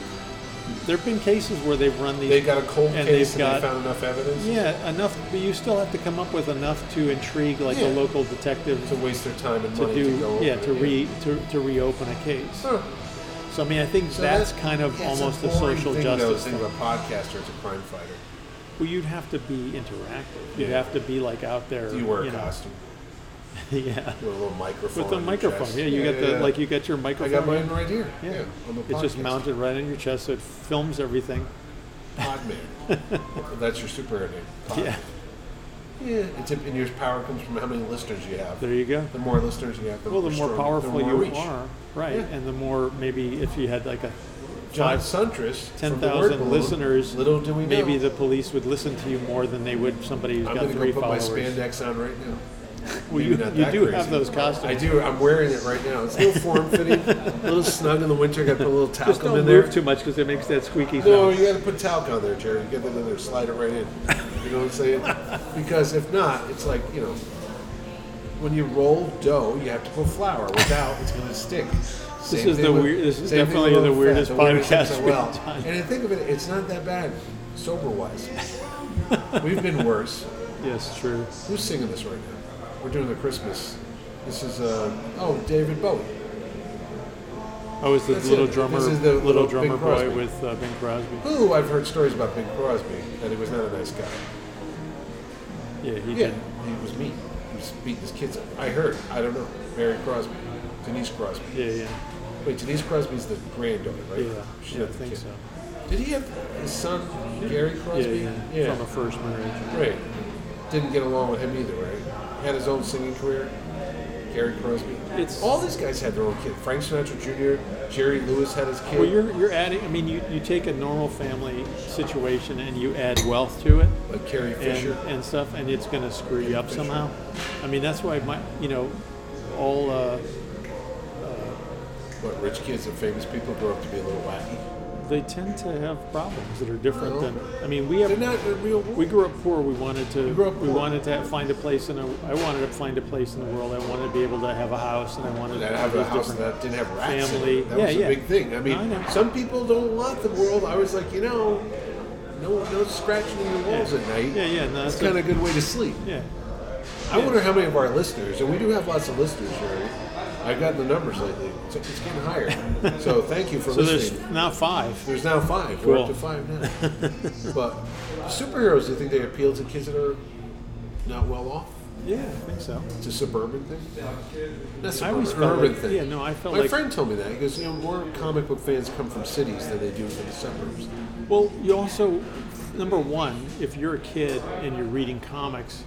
There've been cases where they've run these. they got a cold And case they've and they got- found enough evidence yeah, enough, but you still have to come up with enough to intrigue, like Yeah. a local detective to waste their time and to money to do, go. yeah, over to it, re to, to reopen a case. Huh. So I mean, I think So that's that- kind of yeah, it's almost a, boring social thing, justice Though, thing. think about podcaster as a crime fighter. Well, you'd have to be interactive. You'd Yeah. have to be like out there. Do you wear a know. costume yeah. with a little microphone? With the on your microphone, chest? yeah, you got the yeah. like you got your I microphone. got mine right here. Yeah. Yeah, on the It's just podcast. mounted right on your chest, so it films everything. Podman. That's your superhero name. Podman. Yeah, Yeah, it's, and your power comes from how many listeners you have. there you go. The more listeners you have, the, Well, the more stronger- powerful the more you reach. are, right? Yeah. And the more maybe if you had like a John five, Suntress, 10,000 from the Word Balloon, listeners, Little do we maybe know. the police would listen to you more than they would somebody who's I'm got gonna three go put followers. my spandex on right now. well, Maybe you, not you that do have crazy. those costumes. I do. I'm wearing it right now. It's a little form fitting, a little snug in the winter. Got to put a little talcum Just in don't there. move too much because it makes that squeaky No, sound. you got to put talc on there, Jerry. You got that in there, slide it right in. You know what I'm saying? Because if not, it's like you know, when you roll dough, you have to put flour. Without, it's going to stick. Same is thing the with- weir- this is same thing definitely with the low fat, weirdest podcast episode. we've Well, done. And I think of it, it's not that bad, sober wise. We've been worse. Yes, true. Who's singing this right now? We're doing the Christmas. This is uh, oh David Bowie. I was the That's little it. drummer, This is the little, little drummer Bing boy Crosby. with uh, Bing Crosby. Who I've heard stories about Bing Crosby that he was not a nice guy. Yeah, he Yeah, did. he was mean. He was beating his kids up. I heard. I don't know. Mary Crosby, Denise Crosby. Yeah, yeah, Wait, Denise Crosby's the granddaughter, right? yeah. She's yeah I not the think kid. so. Did he have his son Gary Yeah, Crosby? yeah, From a first marriage. Right. Didn't get along with him either, right? Had his own singing career. Gary Crosby. It's- all these guys had their own kid. Frank Sinatra Jr., Jerry Lewis had his kid. Well, you're you're adding. I mean, you, you take a normal family situation and you add wealth to it like Carrie and, Fisher. and stuff, and it's going to screw you up somehow. I mean, that's why my you know all uh, What rich kids and famous people grow up to be a little wacky. they tend to have problems that are different Well, than. I mean, we have They're not the real world. We grew up poor. We wanted to. grew up we poor. wanted to find a place in a. I wanted to find a place in the world. I wanted to be able to have a house, and I wanted that to have a those house different- that didn't have rats family. in it. That Yeah, was yeah. a big thing. I mean, I know. some people don't want the world. I was like, you know, no, no scratching your walls Yeah. at night. Yeah, yeah, no, It's that's kind a- of a good way to sleep. Yeah, I wonder how many of our listeners, and we do have lots of listeners, Jerry. I've gotten the numbers lately. It's, it's getting higher. so thank you for so there's listening. now five. There's now five. We're up Cool. to five now. but superheroes, do you think they appeal to kids that are not well off? Yeah, I think so. It's a suburban thing. That's I suburban, always felt urban like- thing. yeah, no, I felt My like- friend told me that. He goes, you know, more comic book fans come from cities than they do from the suburbs. Well, you also number one, if you're a kid and you're reading comics,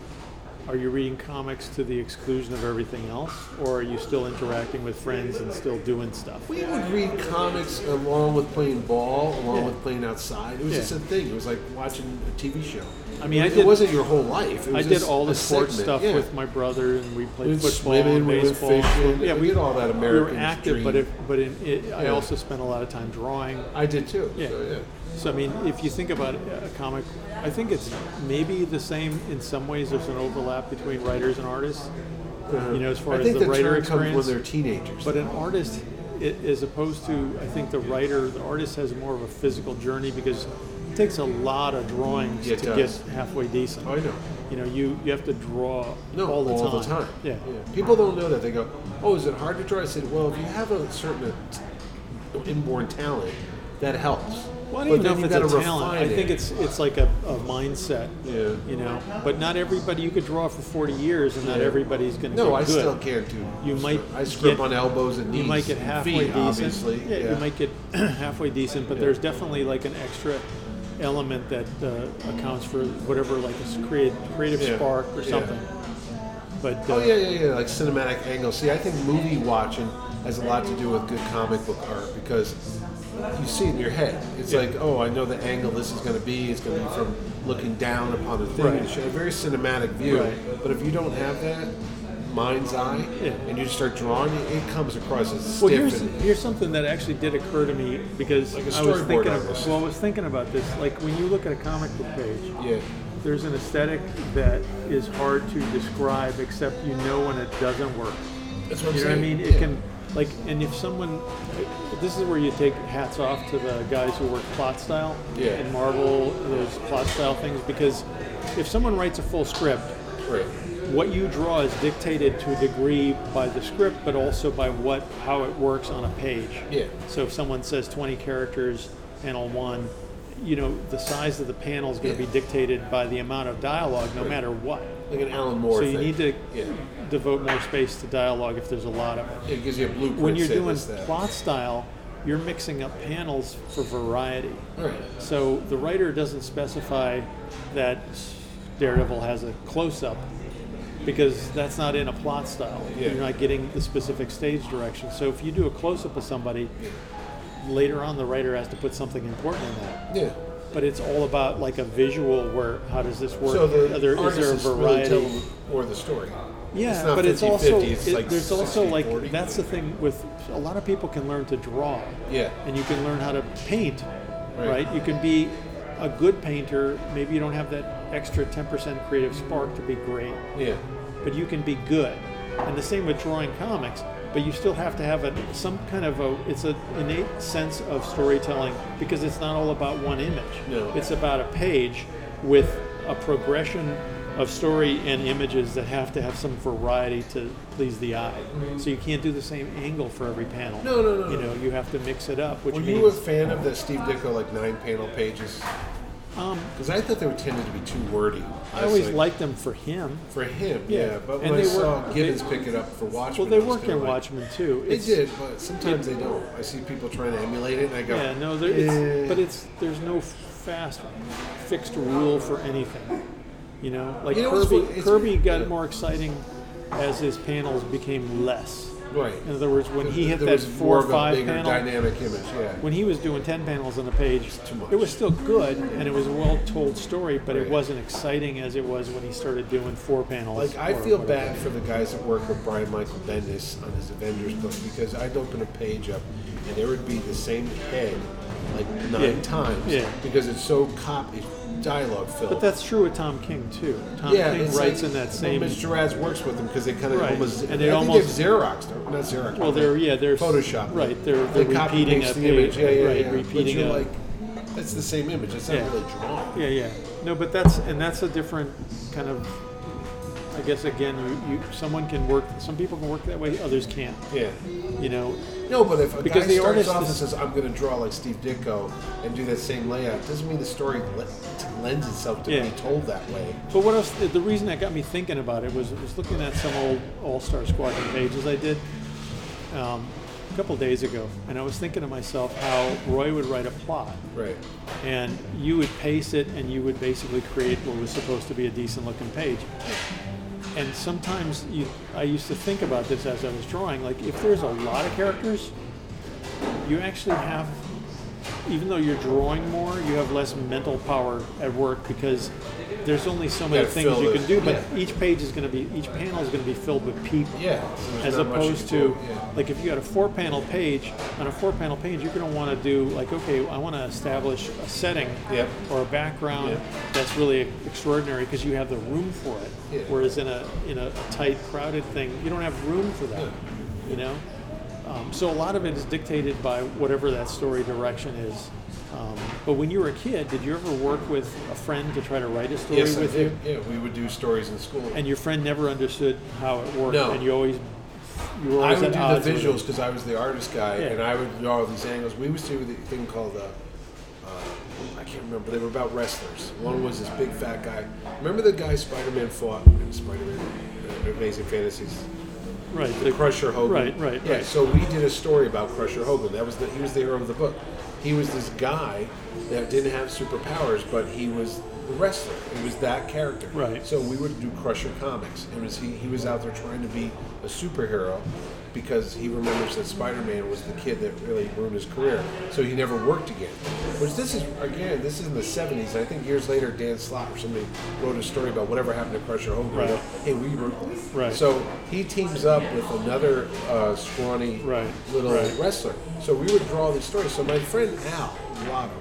are you reading comics to the exclusion of everything else, or are you still interacting with friends and still doing stuff? We would read comics along with playing ball, along Yeah. with playing outside. It was Yeah. just a thing. It was like watching a TV show. I mean, it, I it did- wasn't your whole life. It I was did just all a the sports segment. stuff Yeah. with my brother, and we played We went football, swimming, and we went baseball. fishing. yeah, We we, did all that We were American active, dream. but if, but in, it, I Yeah. also spent a lot of time drawing. I did too. Yeah. So, yeah. So I mean, if you think about it, a comic, I think it's maybe the same in some ways. There's an overlap between writers and artists, you know, as far Uh-huh. as I think the term writer comes when experience. they're teenagers. But an artist, i- as opposed to, I think the writer, the artist has more of a physical journey because it takes a lot of drawings Yeah, it to does. get halfway decent. I know. You know, you, you have to draw No, all, the, time. Yeah. People don't know that. They go, oh, is it hard to draw? I said, well, if you have a certain uh, inborn talent, that helps. Well, I But don't even know then if you it's gotta a talent. refine I think it. it's it's like a, a mindset. Yeah. You know, but not everybody. You could draw for forty years, and not Yeah. everybody's going to. No, get I good. still can't do. You might I screw up get- on elbows and knees. You might get and halfway feet, decent. obviously. Yeah, you might get halfway decent, but Yeah. there's definitely like an extra element that uh, accounts for whatever, like a s- create, creative Yeah. spark or Yeah. something. But uh, Oh yeah, yeah, yeah. Like cinematic angles. See, I think movie watching has a lot to do with good comic book art because you see it in your head. It's Yeah. like, oh, I know the angle this is going to be. It's going to be from looking down upon the thing. Right. It's a very cinematic view. Right. But if you don't have that mind's eye Yeah. and you just start drawing, it, it comes across as stiff. Well, here's and, here's something that actually did occur to me because Like a I was storyboard thinking. almost. Of, well, I was thinking about this. Like when you look at a comic book page, yeah, there's an aesthetic that is hard to describe, except you know when it doesn't work. that's what I'm You know what I saying. mean? It Yeah. can like, and if someone, this is where you take hats off to the guys who work plot style Yeah. and Marvel those plot style things because if someone writes a full script Right. what you draw is dictated to a degree by the script, but also by what how it works on a page. Yeah. So if someone says 20 characters, panel one, you know the size of the panel is going to Yeah. be dictated by the amount of dialogue, no matter what. Like an Alan Moore So you thing. need to Yeah. devote more space to dialogue if there's a lot of it. It gives you a blueprint. When you're say doing this, that. plot style, you're mixing up panels for variety. Right. So the writer doesn't specify that Daredevil has a close up because that's not in a plot style. Yeah. You're not getting the specific stage direction. So if you do a close up of somebody, later on the writer has to put something important in that. Yeah. But it's all about like a visual where how does this work? So Are the there- is artist there a is variety? Really telling more the story. Yeah, it's not but 50, it's also 50, it's it- like there's also 60, like 40. that's the thing with a lot of people can learn to draw. Yeah. and you can learn how to paint, Right. right? You can be a good painter. Maybe you don't have that extra 10% creative spark to be great, yeah, but you can be good. And the same with drawing comics. But you still have to have a some kind of a it's an innate sense of storytelling because it's not all about one image. No. It's about a page with a progression of story and images that have to have some variety to please the eye. So you can't do the same angle for every panel. No, no, no, You no. know, you have to mix it up, which Were means you a fan of the Steve Ditko like nine panel pages? Um, Because I thought they were tended to be too wordy. I always like, liked them for him. for him. Yeah. Yeah, but And when I they saw work- Gibbons they- pick it up for Well, Watchmen, they I was work kinda in like, Watchmen too. They It's- did, but sometimes they don't. I see people trying to emulate it, and I go, Yeah, no, there, eh. it's, but it's there's no fast fixed rule for anything. You know, like You know, it's Kirby, what- it's- Kirby got yeah. more exciting as his panels became less. right." In other words, when he There- hit there that was four more or of a five bigger panel, dynamic image. Yeah, when he was doing 10 panels on a page, too much. it was still good and it was a well told story, but it Right. wasn't exciting as it was when he started doing four panels. Like I or feel whatever. bad for the guys that work with Brian Michael Bendis on his Avengers book because I'd open a page up and there would be the same head like nine Yeah. times Yeah. because it's so copy dialogue filled. But that's true with Tom King too. Tom yeah, King it's writes like- in that well, same. Mitch Gerads works with them because they kind of Right. almost And and they they I almost- almost think they've Xerox not Xerox Well, they're yeah, they're Photoshop Right, they're they they're copy repeating paste a the image page, yeah, yeah, right, yeah. but repeating you're a like that's the same image it's not Yeah. really drawn yeah, yeah. No, but that's and that's a different kind of. I guess again, you, you someone can work. Some people can work that way, others can't. yeah. You know, No, but if a Because the guy starts artist off is- and says, "I'm going to draw like Steve Ditko and do that same layout," doesn't mean the story le- lends itself to Yeah. be told that way. But what else? The reason that got me thinking about it was was looking at some old All Star Squadron pages I did um, a couple days ago, and I was thinking to myself how Roy would write a plot, Right. and you would pace it, and you would basically create what was supposed to be a decent looking page. And sometimes you, I used to think about this as I was drawing. Like if there's a lot of characters, you actually have even though you're drawing more you have less mental power at work because there's only so many gotta things fill you the- can do but yeah. each page is going to be each panel is going to be filled with people Yeah. so there's as not much you opposed can to do. yeah. like if you got a four panel page on a four panel page you're going to want to do like okay i want to establish a setting Yep. or a background Yep. that's really extraordinary because you have the room for it Yeah. whereas in a in a tight crowded thing you don't have room for that you know um, so a lot of it is dictated by whatever that story direction is Um, but when you were a kid, did you ever work with a friend to try to write a story Yes, I with you? did. Yeah, we would do stories in school. And your friend never understood how it worked, No. and you always you were I always would at do odds the with visuals him. because I was the artist guy, Yeah. and I would draw these angles. We used to do the thing called, uh, uh, I can't remember. They were about wrestlers. One was this big fat guy. Remember the guy Spider-Man fought in Spider-Man: uh, Amazing Fantasies? Right, the Crusher Hogan. Right, right, Yeah. right. So we did a story about Crusher Hogan. That was the he was the hero of the book. He was this guy that didn't have superpowers, but he was the wrestler. He was that character. Right. So we would do Crusher comics. It was he he was out there trying to be a superhero because he remembers that Spider-Man was the kid that really ruined his career. So he never worked again. Which this is again, this is in the 70s. And I think years later Dan Slott or somebody wrote a story about whatever happened to Crusher Hogan. Right. You know, Hey, we wrote this. Right. So so he teams up with another uh, scrawny Right, little right. wrestler. So we would draw these stories. So my friend Al Lotto,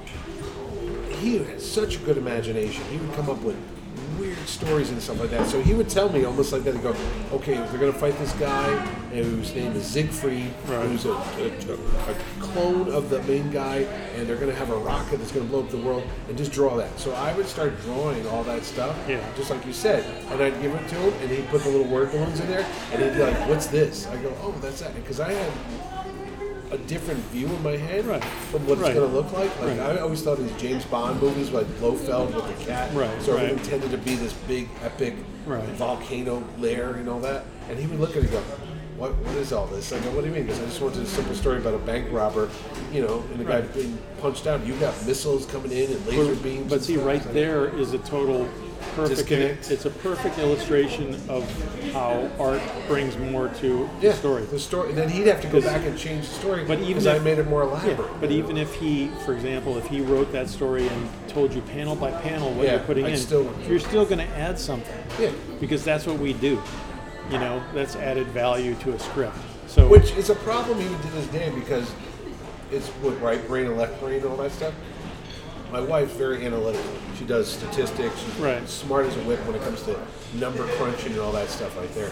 he had such a good imagination. He would come up with weird stories and stuff like that. So he would tell me almost like that. He'd go, okay, we're going to fight this guy and whose name is Siegfried, Right. who's a, a- a clone of the main guy, and they're going to have a rocket that's going to blow up the world, and just draw that. So I would start drawing all that stuff Yeah. just like you said. And I'd give it to him, and he'd put the little word balloons in there, and he'd be like, "What's this?" I go, "Oh, that's that," because I had a different view in my head Right. from what Right. it's going to look like. Like Right. I always thought of these James Bond movies, like Blofeld with the cat. Right, So right. everything tended to be this big, epic Right. volcano lair and all that. And he would look at it and go. What, what is all this? I go, what do you mean? Because I just wanted a simple story about a bank robber, you know, and the guy Right. being punched out. You got missiles coming in and laser But- beams. But and see, stuff. right It's like- there is a total perfect. Disconnect. It's a perfect illustration of how art brings more to yeah, the story. The story, and then he'd have to go Because- back and change the story. but even because I if- made it more Yeah, elaborate. but even if he, for example, if he wrote that story and told you panel by panel what Yeah, you're putting I'd in, still- you're still going to add something yeah, because that's what we do. You know, that's added value to a script. So which is a problem even to this day because it's what right brain and left brain and all that stuff. My wife's very analytical. She does statistics. She's Right. smart as a whip when it comes to number crunching and all that stuff right there.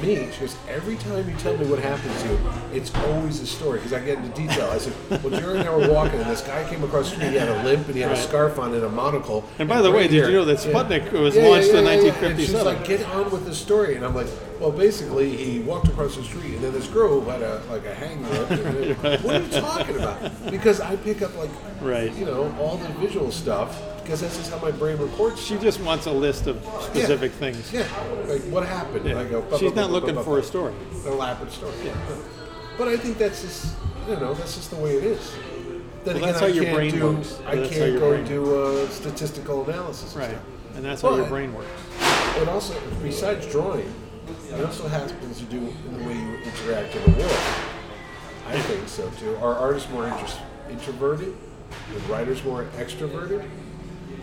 Me, she goes, every time you tell me what happened to you, it's always a story because I get into detail. I said, well, Jerry and I were walking and this guy came across the street. He had a limp and he had a Right. scarf on and a monocle. And by the way, right did you here- know that Sputnik was launched in And she's 1957? like, get on with the story. And I'm like, well, basically, he walked across the street, and then this girl who had a like a hang lip. and- What are you talking about? Because I pick up like, Right. you know, all the visual stuff because that's just how my brain records. she just wants a list of specific things. Yeah, like what happened? Yeah. I go. "Bup, She's bup, not bup, looking bup, bup, for a bup." story. An elaborate story. Yeah. But I think that's just, you know, that's just the way it is. Then Well, again, that's how I your can't brain do, works. I That's how can't your go brain do uh, statistical analysis. and Right. stuff. And that's how your But- brain works. It also, besides drawing, it also happens to do in the way you interact in the world. I think so too. Are artists more interest, introverted? Are writers more extroverted?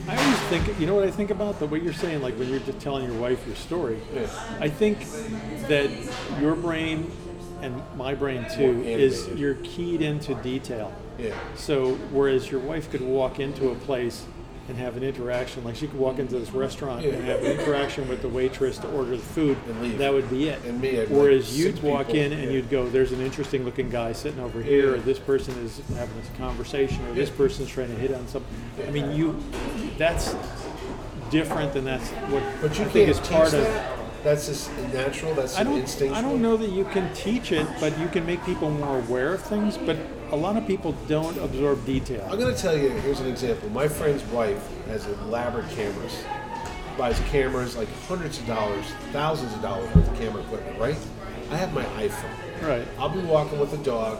I always think, you know what I think about? The way you're saying, like when you're just telling your wife your story, Yeah. I think that your brain and my brain too is animated. you're keyed into detail. Yeah. So, whereas your wife could walk into a place and have an interaction, like she could walk into this restaurant and Yeah. have an interaction with the waitress to order the food, And leave. that would be it. And me, I'd be whereas like, you'd "Sick walk people." in and Yeah. you'd go, "There's an interesting looking guy sitting over here, Yeah. or this person is having this conversation, or this Yeah. person's trying to hit on something." I mean, you, that's different, and that's what But you I can't think is teach part of. that. That's just natural. That's I don't, instinctual. I don't know that you can teach it, but you can make people more aware of things. But a lot of people don't absorb detail. I'm going to tell you. Here's an example. My friend's wife has elaborate cameras. Buys cameras like hundreds of dollars, thousands of dollars worth of camera equipment. Right? I have my iPhone. Right. I'll be walking with the dog,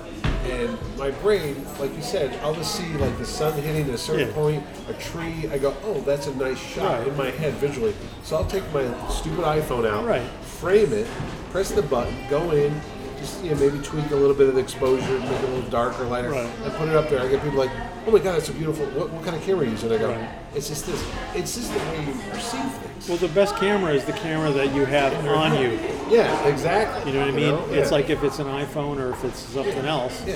and my brain, like you said, I'll just see like the sun hitting a certain Yeah. point, a tree. I go, oh, that's a nice shot Right. in my head visually. So I'll take my stupid iPhone out, Right. frame it, press the button, go in, just you know, maybe tweak a little bit of the exposure, make it a little darker, lighter, Right. and put it up there. I get people like, oh my god, it's a beautiful. What, what kind of camera are you using? I go, Right. it's just this. It's just the way you perceive things. Well, the best camera is the camera that you have on you. yeah, exactly. You know what I mean? It's Yeah. like if it's an iPhone or if it's something else. Yeah.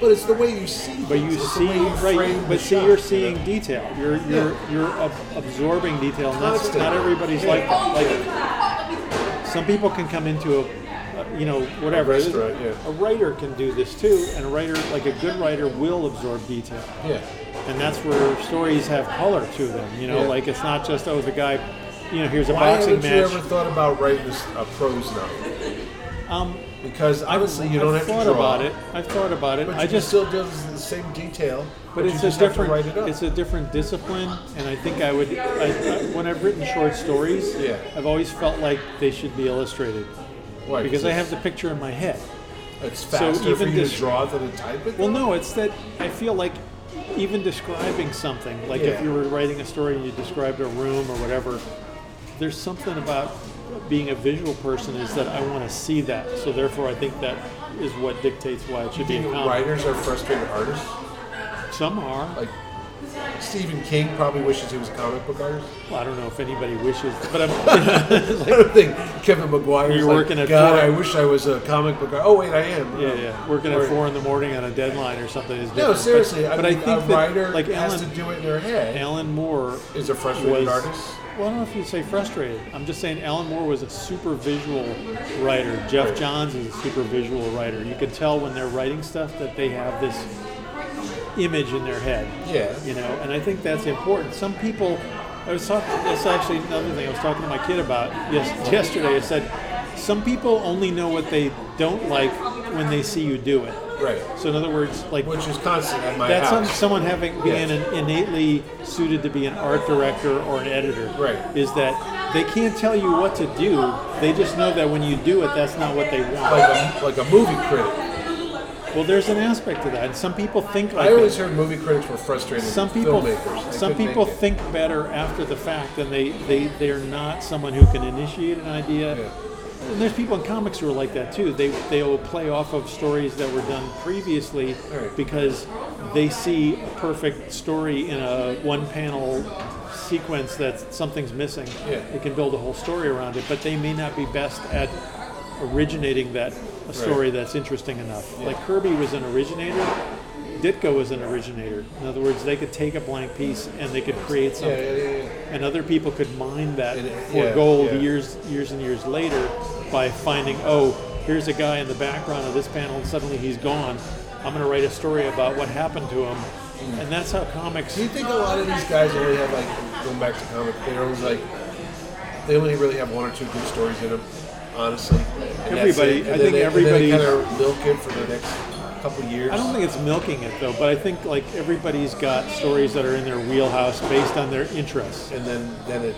But it's the way you see. But you things. It's the see, way you frame right? the But see, shot, you're you seeing know? detail. You're you're you're ab- absorbing detail. And that's Constant. not everybody's like that. Like some people can come into a, you know, whatever. A restaurant, yeah. A writer can do this too, and a writer, like a good writer, will absorb detail. Yeah. And that's where stories have color to them, you know? Yeah. Like, it's not just, oh, the guy, you know, here's a Why boxing haven't you match. ever thought about writing a s- a prose novel? um, Because obviously you don't I've have thought to draw about it. I've thought about it. But I you just still does the same detail. but you it's a just different Have to write it up. it's a different discipline and i think i would I, I, when i've written short stories Yeah. i've always felt like they should be illustrated Why? because i have it's- the picture in my head It's faster for even you this- to draw than to type it. well no it's that i feel like even describing something like if Yeah. you were writing a story and you described a room or whatever there's something about being a visual person is that i want to see that so therefore i think that is what dictates why it should be Do you in think comic. writers are frustrated artists? some are Like Stephen King probably wishes he was a comic book artist. Well, I don't know if anybody wishes, but I'm. I don't think Kevin McGuire. You're like, working at four- God, I wish I was a comic book. Artist. Oh wait, I am. yeah, yeah. Working Or- at four in the morning on a deadline or something is No, different. seriously. But, I, but mean, think a that, writer like has Alan, to do it in their head. Alan Moore is a frustrated was- artist. Well, I don't know if you'd say frustrated. I'm just saying Alan Moore was a super visual writer. Jeff Johns is a super visual writer. You could tell when they're writing stuff that they have this image in their head. Yeah. You know, and I think that's important. Some people, I was talking. That's actually another thing I was talking to my kid about yes, yesterday. I said, some people only know what they don't like when they see you do it. Right. So in other words, like Which is constant at my that's on house. someone having being an innately suited to be an art director or an editor. Right. Is that they can't tell you what to do. They just know that when you do it, that's not what they want. like a like a movie critic. Well, there's an aspect to that, and some people think like I always that. heard movie critics were frustrated. Some with people, filmmakers. They some couldn't people make it. think better after the fact, and they they they're not someone who can initiate an idea. Yeah. And there's people in comics who are like that too. They they will play off of stories that were done previously Right. because they see a perfect story in a one panel sequence that something's missing. Yeah. They can build a whole story around it, but they may not be best at originating that a story that's interesting enough. Like Kirby was an originator. Ditko was an originator. In other words, they could take a blank piece and they could create something Yeah, yeah, yeah, yeah. and other people could mine that And, uh, for yeah, gold yeah. years years and years later by finding oh here's a guy in the background of this panel and suddenly he's gone i'm going to write a story about what happened to him Mm. and that's how comics Do you think a lot of these guys only have like going back to comic? They're always like they only really have one or two good stories in them, honestly. And that's Everybody- it. I And then think they, everybody- kind of milk it for the next couple of years. i don't think it's milking it though but i think like everybody's got stories that are in their wheelhouse based on their interests and then then it,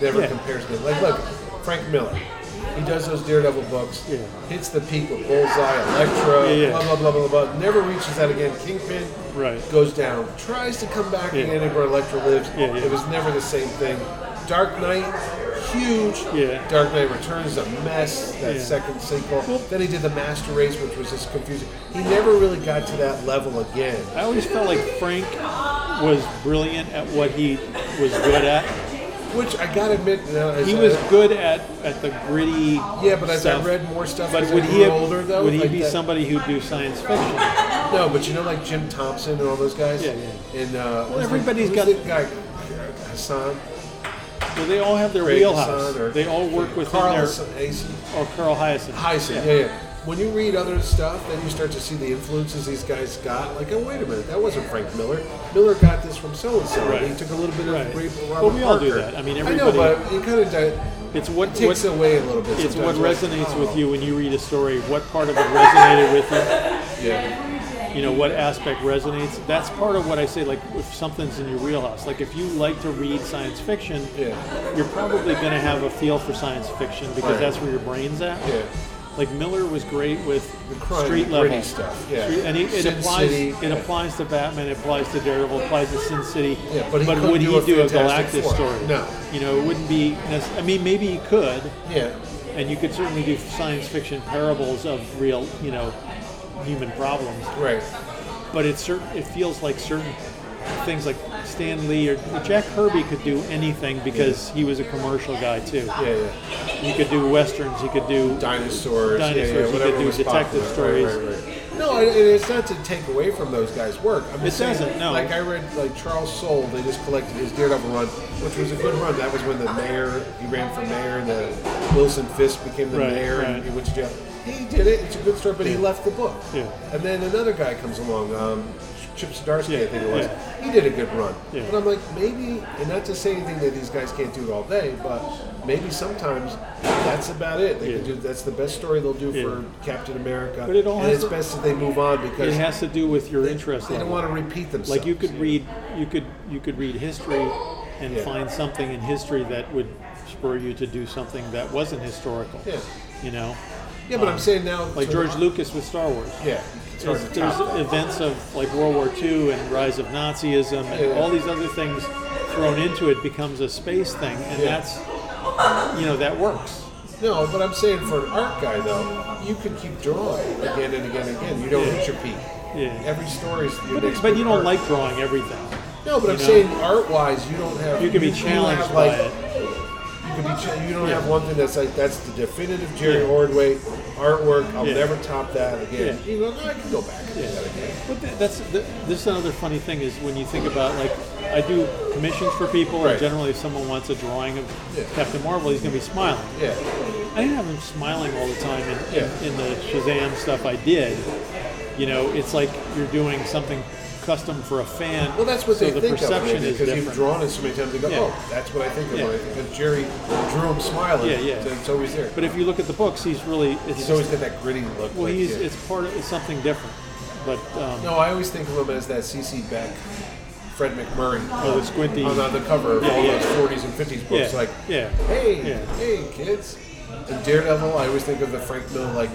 it never Yeah. compares to like look Frank Miller. He does those Daredevil books, Yeah. hits the peak with Bullseye, Electra, Yeah, yeah. blah blah blah blah blah. Never reaches that again. Kingpin Right. goes down, tries to come back Yeah. again where Electra lives. Yeah, yeah. It was never the same thing. Dark Knight, huge. Yeah. Dark Knight Returns a mess. That Yeah. second sequel. Then he did the Master Race, which was just confusing. He never really got to that level again. I always felt like Frank was brilliant at what he was good at. Which I gotta admit, now, as He I- was good at, at the gritty. Yeah, but as stuff. I read more stuff, But as would I he grew have, older though? would he like be that- somebody who'd do science fiction? No, but you know, like Jim Thompson and all those guys. Yeah, yeah. And uh, well, everybody's who's got- the guy Hassan. Well, they all have their Craig wheelhouse. Hassan, or- they all work within Carl their Hassan- Hassan- or Carl Hyacin. Hyson, yeah. yeah, When you read other stuff, then you start to see the influences these guys got. Like, oh wait a minute, that wasn't Frank Miller. Miller got this from so and so. Right. He took a little bit of Right. great Well, Robert we all do Parker. that. I mean, I know, everybody- but it kind of It's what takes what, away a little bit. it's what sometimes. You're like, resonates oh. with you when you read a story. What part of it resonated with you? Yeah, You know, what aspect resonates? That's part of what I say. Like, if something's in your wheelhouse, like if you like to read science fiction, yeah, you're probably going to have a feel for science fiction because Right. that's where your brain's at. yeah. Like Miller was great with The crime, street gritty level stuff, yeah. Street- and he, it Sin applies. City, it yeah. applies to Batman. It applies to Daredevil. Applies to Sin City. Yeah, but he couldn't would do he a do a Fantastic Galactus Four. story? No. You know, it wouldn't be. nec- I mean, maybe he could, Yeah. and you could certainly do science fiction parables of real, you know, human problems. Right. But it certain it feels like certain things like Stan Lee or Jack Kirby could do anything because he was a commercial guy too. Yeah, yeah. He could do westerns. He could do Dinosaurs. yeah, Dinosaurs, Yeah, you whatever could do was detective popular. Right, stories. right, right. No, and and it's not to take away from those guys' work. I'm just It saying, doesn't, no. Like I read, like Charles Soule, they just collected his Daredevil run, which was a good run. That was when the mayor, he ran for mayor, and the Wilson Fisk became the Right, mayor, right. and he went to jail. He did it. It's a good story, but he left the book. Yeah. And then another guy comes along, um, Chip Zdarsky, I Yeah, think it was. yeah. He did a good run. Yeah. But I'm like, maybe, and not to say anything that these guys can't do all day, but maybe sometimes that's about it. They can Yeah. do. That's the best story they'll do Yeah. for Captain America. But it all and has it's to- best that they move on It because has to do with your interest they level. don't want to repeat themselves. like you could read, you could you could read history and Yeah. find something in history that would spur you to do something that wasn't historical. Yeah. You know, Yeah, but I'm saying now, um, like so- George Lucas with Star Wars. Yeah, it's hard There's, to there's top that. events of like World War II and rise of Nazism and Yeah. all these other things thrown into it becomes a space thing, and Yeah. that's you know that works. No, but I'm saying for an art guy though, you could keep drawing again and again and again. You don't Yeah. reach your peak. Yeah, Every story's your but, next but you big don't art. like drawing everything. No, but you I'm know? saying art-wise, you don't have. You can be do challenged have, by like, it. You can be. Cha- you don't Yeah. have one thing that's like that's the definitive Jerry Yeah. Ordway artwork. I'll Yeah. never top that again. Yeah. You know, I can go back and do that again. But th- that's th- this is another funny thing is when you think about like I do commissions for people, Right. and generally if someone wants a drawing of Yeah. Captain Marvel, he's going to be smiling. Yeah, I didn't have him smiling all the time in, Yeah. in, in the Shazam stuff I did. You know, it's like you're doing something custom for a fan. well, that's what so they the think perception of it, is because you've different. drawn it so many times. They go, Yeah. "Oh, that's what I think of." Yeah. when I think Because Jerry drew him smiling. Yeah, yeah. So it's always there. but if you look at the books, he's really it's he's just- always got that gritty look. well, like, he's yeah. it's part of it's something different. But um, No, I always think of him as that CC Beck, Fred McMurray. Oh, the squinty- On, on the cover of Yeah, all yeah. those 40s and 50s yeah, books. Like, yeah, hey, yeah. hey, kids. And Daredevil, I always think of the Frank Miller, like,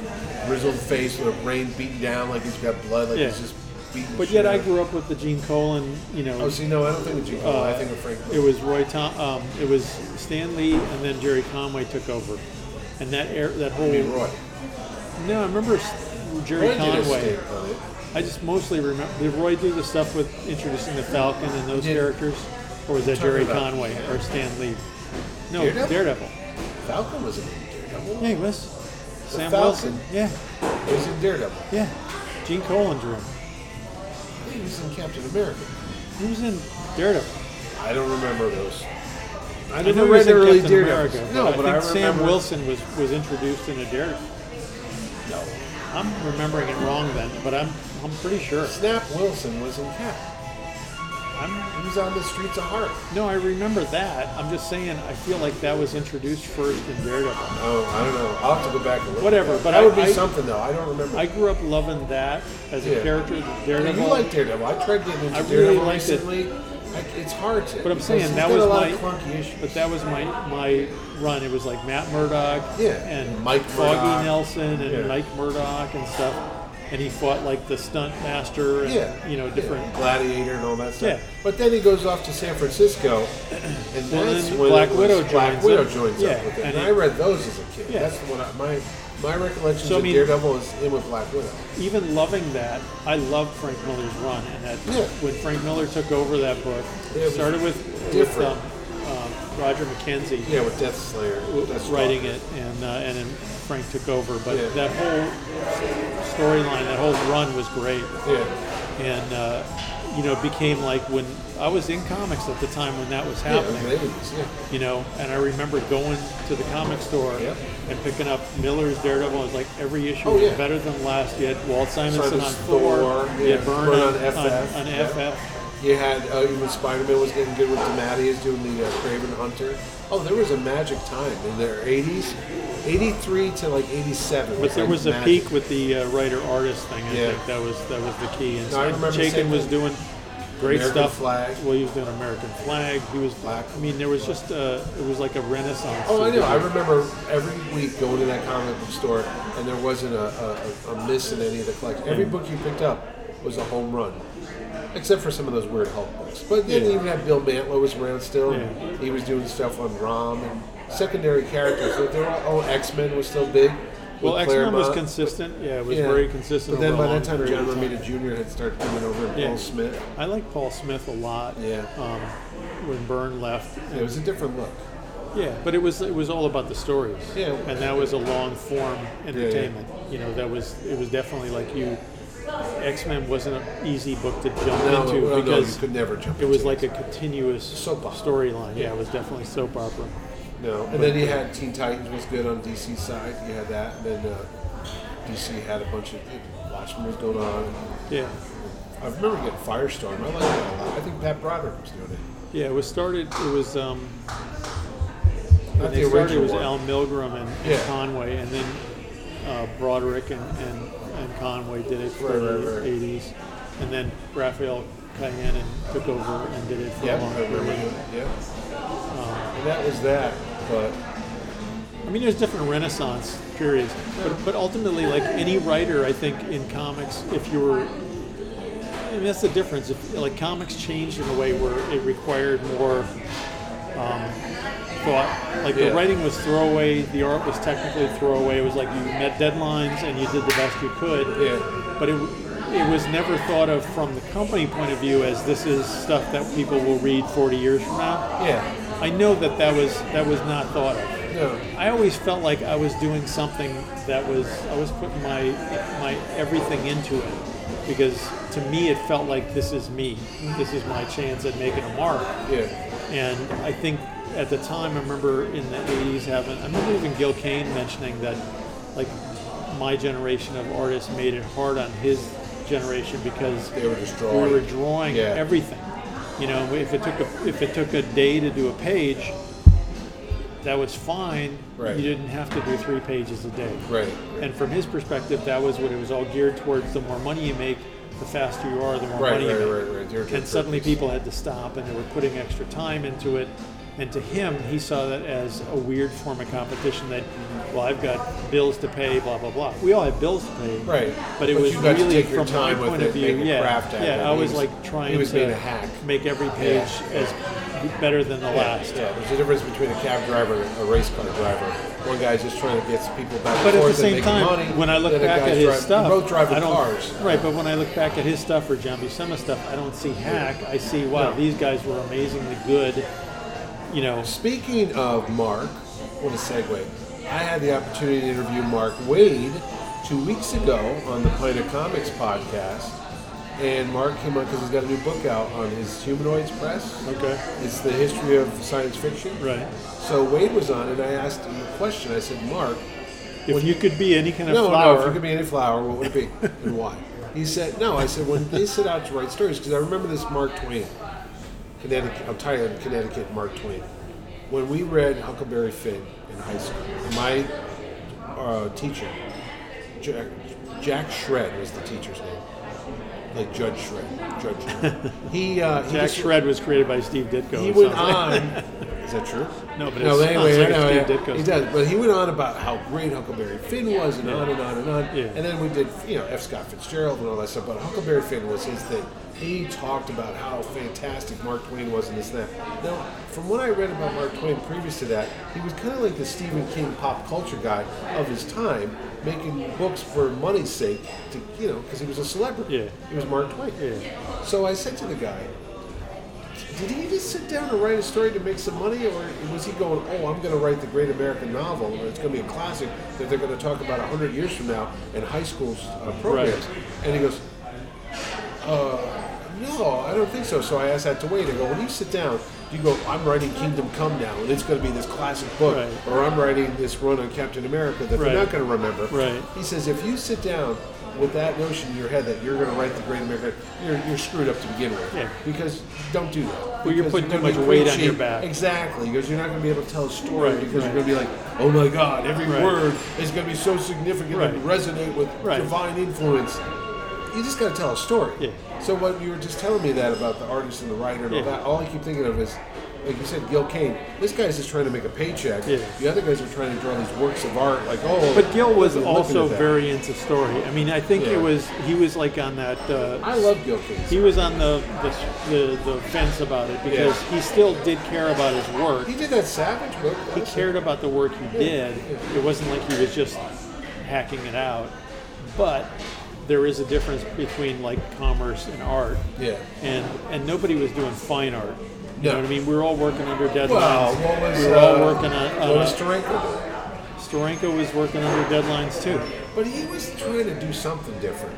grizzled face with a brain beaten down, like he's got blood, like Yeah. he's just beaten. But shit yet I out. grew up with the Gene Colan, you know, Oh, see, no, I don't think of Gene Colan. Uh, I think of Frank It Miller. was Roy Tom. Um, it was Stan Lee, and then Jerry Conway took over, and that air, that whole. I mean, Roy. No, I remember s- Jerry Roy did a Conway. stint on it. I just mostly remember did Roy do the stuff with introducing the Falcon and those He did. characters, or was that Talking Jerry about- Conway or Stan Lee? No, Daredevil? Daredevil. Falcon was in Daredevil. Yeah, he was. Sam Falcon? Wilson. Yeah, He was in Daredevil. yeah. Gene Colan drew him. He was in Captain America. He was in Daredevil. I don't remember those. I I never know he was read in early Captain Daredevil. America. No, but, but I I think Sam remember- Wilson was was introduced in a Daredevil. No. I'm remembering it wrong then, but I'm I'm pretty sure. Snap Wilson was in Cap. I'm He was on the streets of Heart. no, I remember that. I'm just saying I feel like that was introduced first in Daredevil. Oh, I don't know. I'll have to go back and look. Whatever, at that. but that I- would be I- something though. I don't remember. I grew up loving that as a Yeah. character, Yeah, Daredevil. you like Daredevil. I tried getting into I really Daredevil liked it. recently. I, it's hard to. but I'm because saying he's that got was a lot my of clunky issues. but that was my my run. It was like Matt Murdock Yeah, and Mike Foggy Murdock. Nelson and Yeah. Mike Murdock and stuff. And he fought like the stunt master and yeah, you know yeah, different Gladiator and all that stuff. Yeah. But then he goes off to San Francisco, and Well, that's then when Black it was Widow Black joins Widow up. joins Yeah, up with it. and And I it- read those as a kid. Yeah. That's what I, my my recollections So, I of mean- Daredevil is in with Black Widow. even loving that, I loved Frank Miller's run. And that Yeah. when Frank Miller took over that book, Yeah, it was started with, with different. um, um, Roger McKenzie Yeah, with Death Slayer. That's writing it, and uh, and then Frank took over. But Yeah. that whole storyline, that whole run was great, Yeah. and uh, you know it became like when I was in comics at the time when that was Yeah, it happening. was the 80s, yeah. You know, and I remember going to the comic store Yep. and picking up Miller's Daredevil. It was like every issue Oh, was yeah. better than last. You had Walt Simonson Simon's on Thor, Thor, you yeah, had Byrne Byrne on, on on FF, on yeah. FF. You had uh, even Spider-Man was getting good with Dematteis doing the uh, Craven Hunter. Oh, there was a magic time in their 80s, 83 to like 87. But there like was a magic. peak with the uh, writer artist thing. I Yeah. think that was that was the key. And No, I remember the same Chaykin was thing. doing great American stuff. Flag. Well, he was doing American Flag. He was Black. I mean, there was just uh, it was like a renaissance. Oh, I know. know. I remember every week going to that comic book store, and there wasn't a, a, a- a miss in any of the collection. Mm. Every book you picked up was a home run, except for some of those weird Hulk books. But then Yeah. even have Bill Mantlo was around still. Yeah. He was doing stuff on Rom and secondary characters. Like, they were, oh, X Men was still big. well, with X Men was Claremont. consistent. Yeah, it was Yeah. very consistent. But then over a by long that time, period John of Romita Jr. had started coming over, and Yeah. Paul Smith. I like Paul Smith a lot. Yeah. Um, when Byrne left, It was a different look. yeah, but it was it was all about the stories. Yeah. And that was a long form entertainment. You know, that was it was definitely like you. X Men wasn't an easy book to jump No, into no, no, you because could never jump. it was into like a continuous Soap opera. storyline. Yeah, it was definitely soap opera. No, and then you had Teen Titans was good on DC side. You had that, and then uh, DC had a bunch of you know, Watchmen was going on. Yeah. I remember getting Firestorm. I like that a lot. I think Pat Broderick was doing it. Yeah, it was started, it was, um, Not when the they started, it original was one. Al Milgram and, and Yeah. Conway, and then uh, Broderick and, and, and Conway did it for Right, right, the right. 80s. And then Raphael Cayenne took over and did it for Yeah, a long I remember period. it. Yeah. Um, And that was that, but I mean, there's different Renaissance periods, but, but ultimately, like any writer, I think in comics, if you were, I mean, that's the difference. If like comics changed in a way where it required more um, thought, like Yeah. the writing was throwaway, the art was technically throwaway. It was like you met deadlines and you did the best you could. yeah, But it, it was never thought of from the company point of view as this is stuff that people will read 40 years from now. yeah, I know that that was that was not thought of. no, I always felt like I was doing something that was I was putting my my everything into it because to me it felt like this is me. This is my chance at making a mark. yeah, And I think at the time I remember in the 80s having I remember even Gil Kane mentioning that like my generation of artists made it hard on his generation because They were just we were drawing. drawing Yeah. everything. You know, if it took a, if it took a day to do a page, that was fine. Right. You didn't have to do three pages a day. right, And from his perspective, that was what it was all geared towards. The more money you make, the faster you are, the more Right, money right, you right, make. right. They're And just suddenly purpose. people had to stop and they were putting extra time into it. And to him, he saw that as a weird form of competition that, well, I've got bills to pay, blah, blah, blah. We all have bills to pay. right. But it was you got really to take your from time my with point it, of view. make a yeah, craft out of it. yeah. I He was, like trying he was to being a hack. make every page as better than the last. Yeah, there's a difference between a cab driver and a race car driver. One guy's just trying to get people back But and at the forth same and time, making money. when I look then a back guy's at his driving- stuff, they're both I driving don't, cars. Right, but when I look back at his stuff or John Buscema's stuff, I don't see hack. I see wow, No. these guys were amazingly good. You know, Speaking of Mark, what a segue. I had the opportunity to interview Mark Wade two weeks ago on the Planet Comics podcast. And Mark came on because he's got a new book out on his Humanoids Press. okay, It's the history of science fiction. right. So Wade was on, and I asked him a question. I said, Mark, If you could be any kind of no, no, if flower, it could be any flower, what would it be and why? He said, no, I said, when they set out to write stories, because I remember this Mark Twain, Connecticut, I'm tired of Connecticut Mark Twain. When we read Huckleberry Finn in high school, my uh, teacher, Jack, Jack Shred was the teacher's name. Like Judge Shred. Judge Shred. He, uh, he Jack just- Shred was created by Steve Ditko. he or went something. on. Is that true? No, but it no, sounds anyway, like I know, it's Steve yeah, Ditko's he does. But he went on about how great Huckleberry Finn was, and on and on and on. Yeah. And then we did, you know, F. Scott Fitzgerald and all that stuff. But Huckleberry Finn was his thing. He talked about how fantastic Mark Twain was in this and that. Now, from what I read about Mark Twain previous to that, he was kind of like the Stephen King pop culture guy of his time, making books for money's sake, to you know, because he was a celebrity. Yeah. He was Mark Twain. Yeah. So I said to the guy, did he just sit down and write a story to make some money, or was he going, "Oh, I'm going to write the great American novel, or it's going to be a classic that they're going to talk about hundred years from now in high school uh, programs"? And he goes, uh, "No, I don't think so." So I asked that to Wade. I go, "When you sit down, do you go, I'm writing Kingdom Come now, and it's going to be this classic book, Right. or I'm writing this run on Captain America that Right. they're not going to remember." Right. He says, "If you sit down." With that notion in your head that you're going to write the Great American, you're, you're screwed up to begin with. Yeah. Because don't do that. Well, you're Because putting they're too gonna much weight preach on your it. back. Exactly, because you're not going to be able to tell a story Right, because right. you're going to be like, oh my God, every Right. word is going to be so significant and Right. resonate with Right. divine influence. You just got to tell a story. Yeah. So what you were just telling me that about the artist and the writer and all Yeah. that, all I keep thinking of is, like you said, Gil Kane. This guy's just trying to make a paycheck. Yeah. The other guys are trying to draw these works of art, like oh. but Gil was look at also that. very into story. I mean, I think Yeah. it was he was like on that. Uh, I love Gil Kane. he was on the the, the, the fence about it because he still did care about his work. He did that Savage book. he honestly. cared about the work he did. It wasn't like he was just hacking it out. But there is a difference between like commerce and art. Yeah. And and nobody was doing fine art. You No. know what I mean? We were all working under deadlines. Well, what was we were uh, all working on. what on was Taranko doing? Storenko was working under deadlines too. But he was trying to do something different.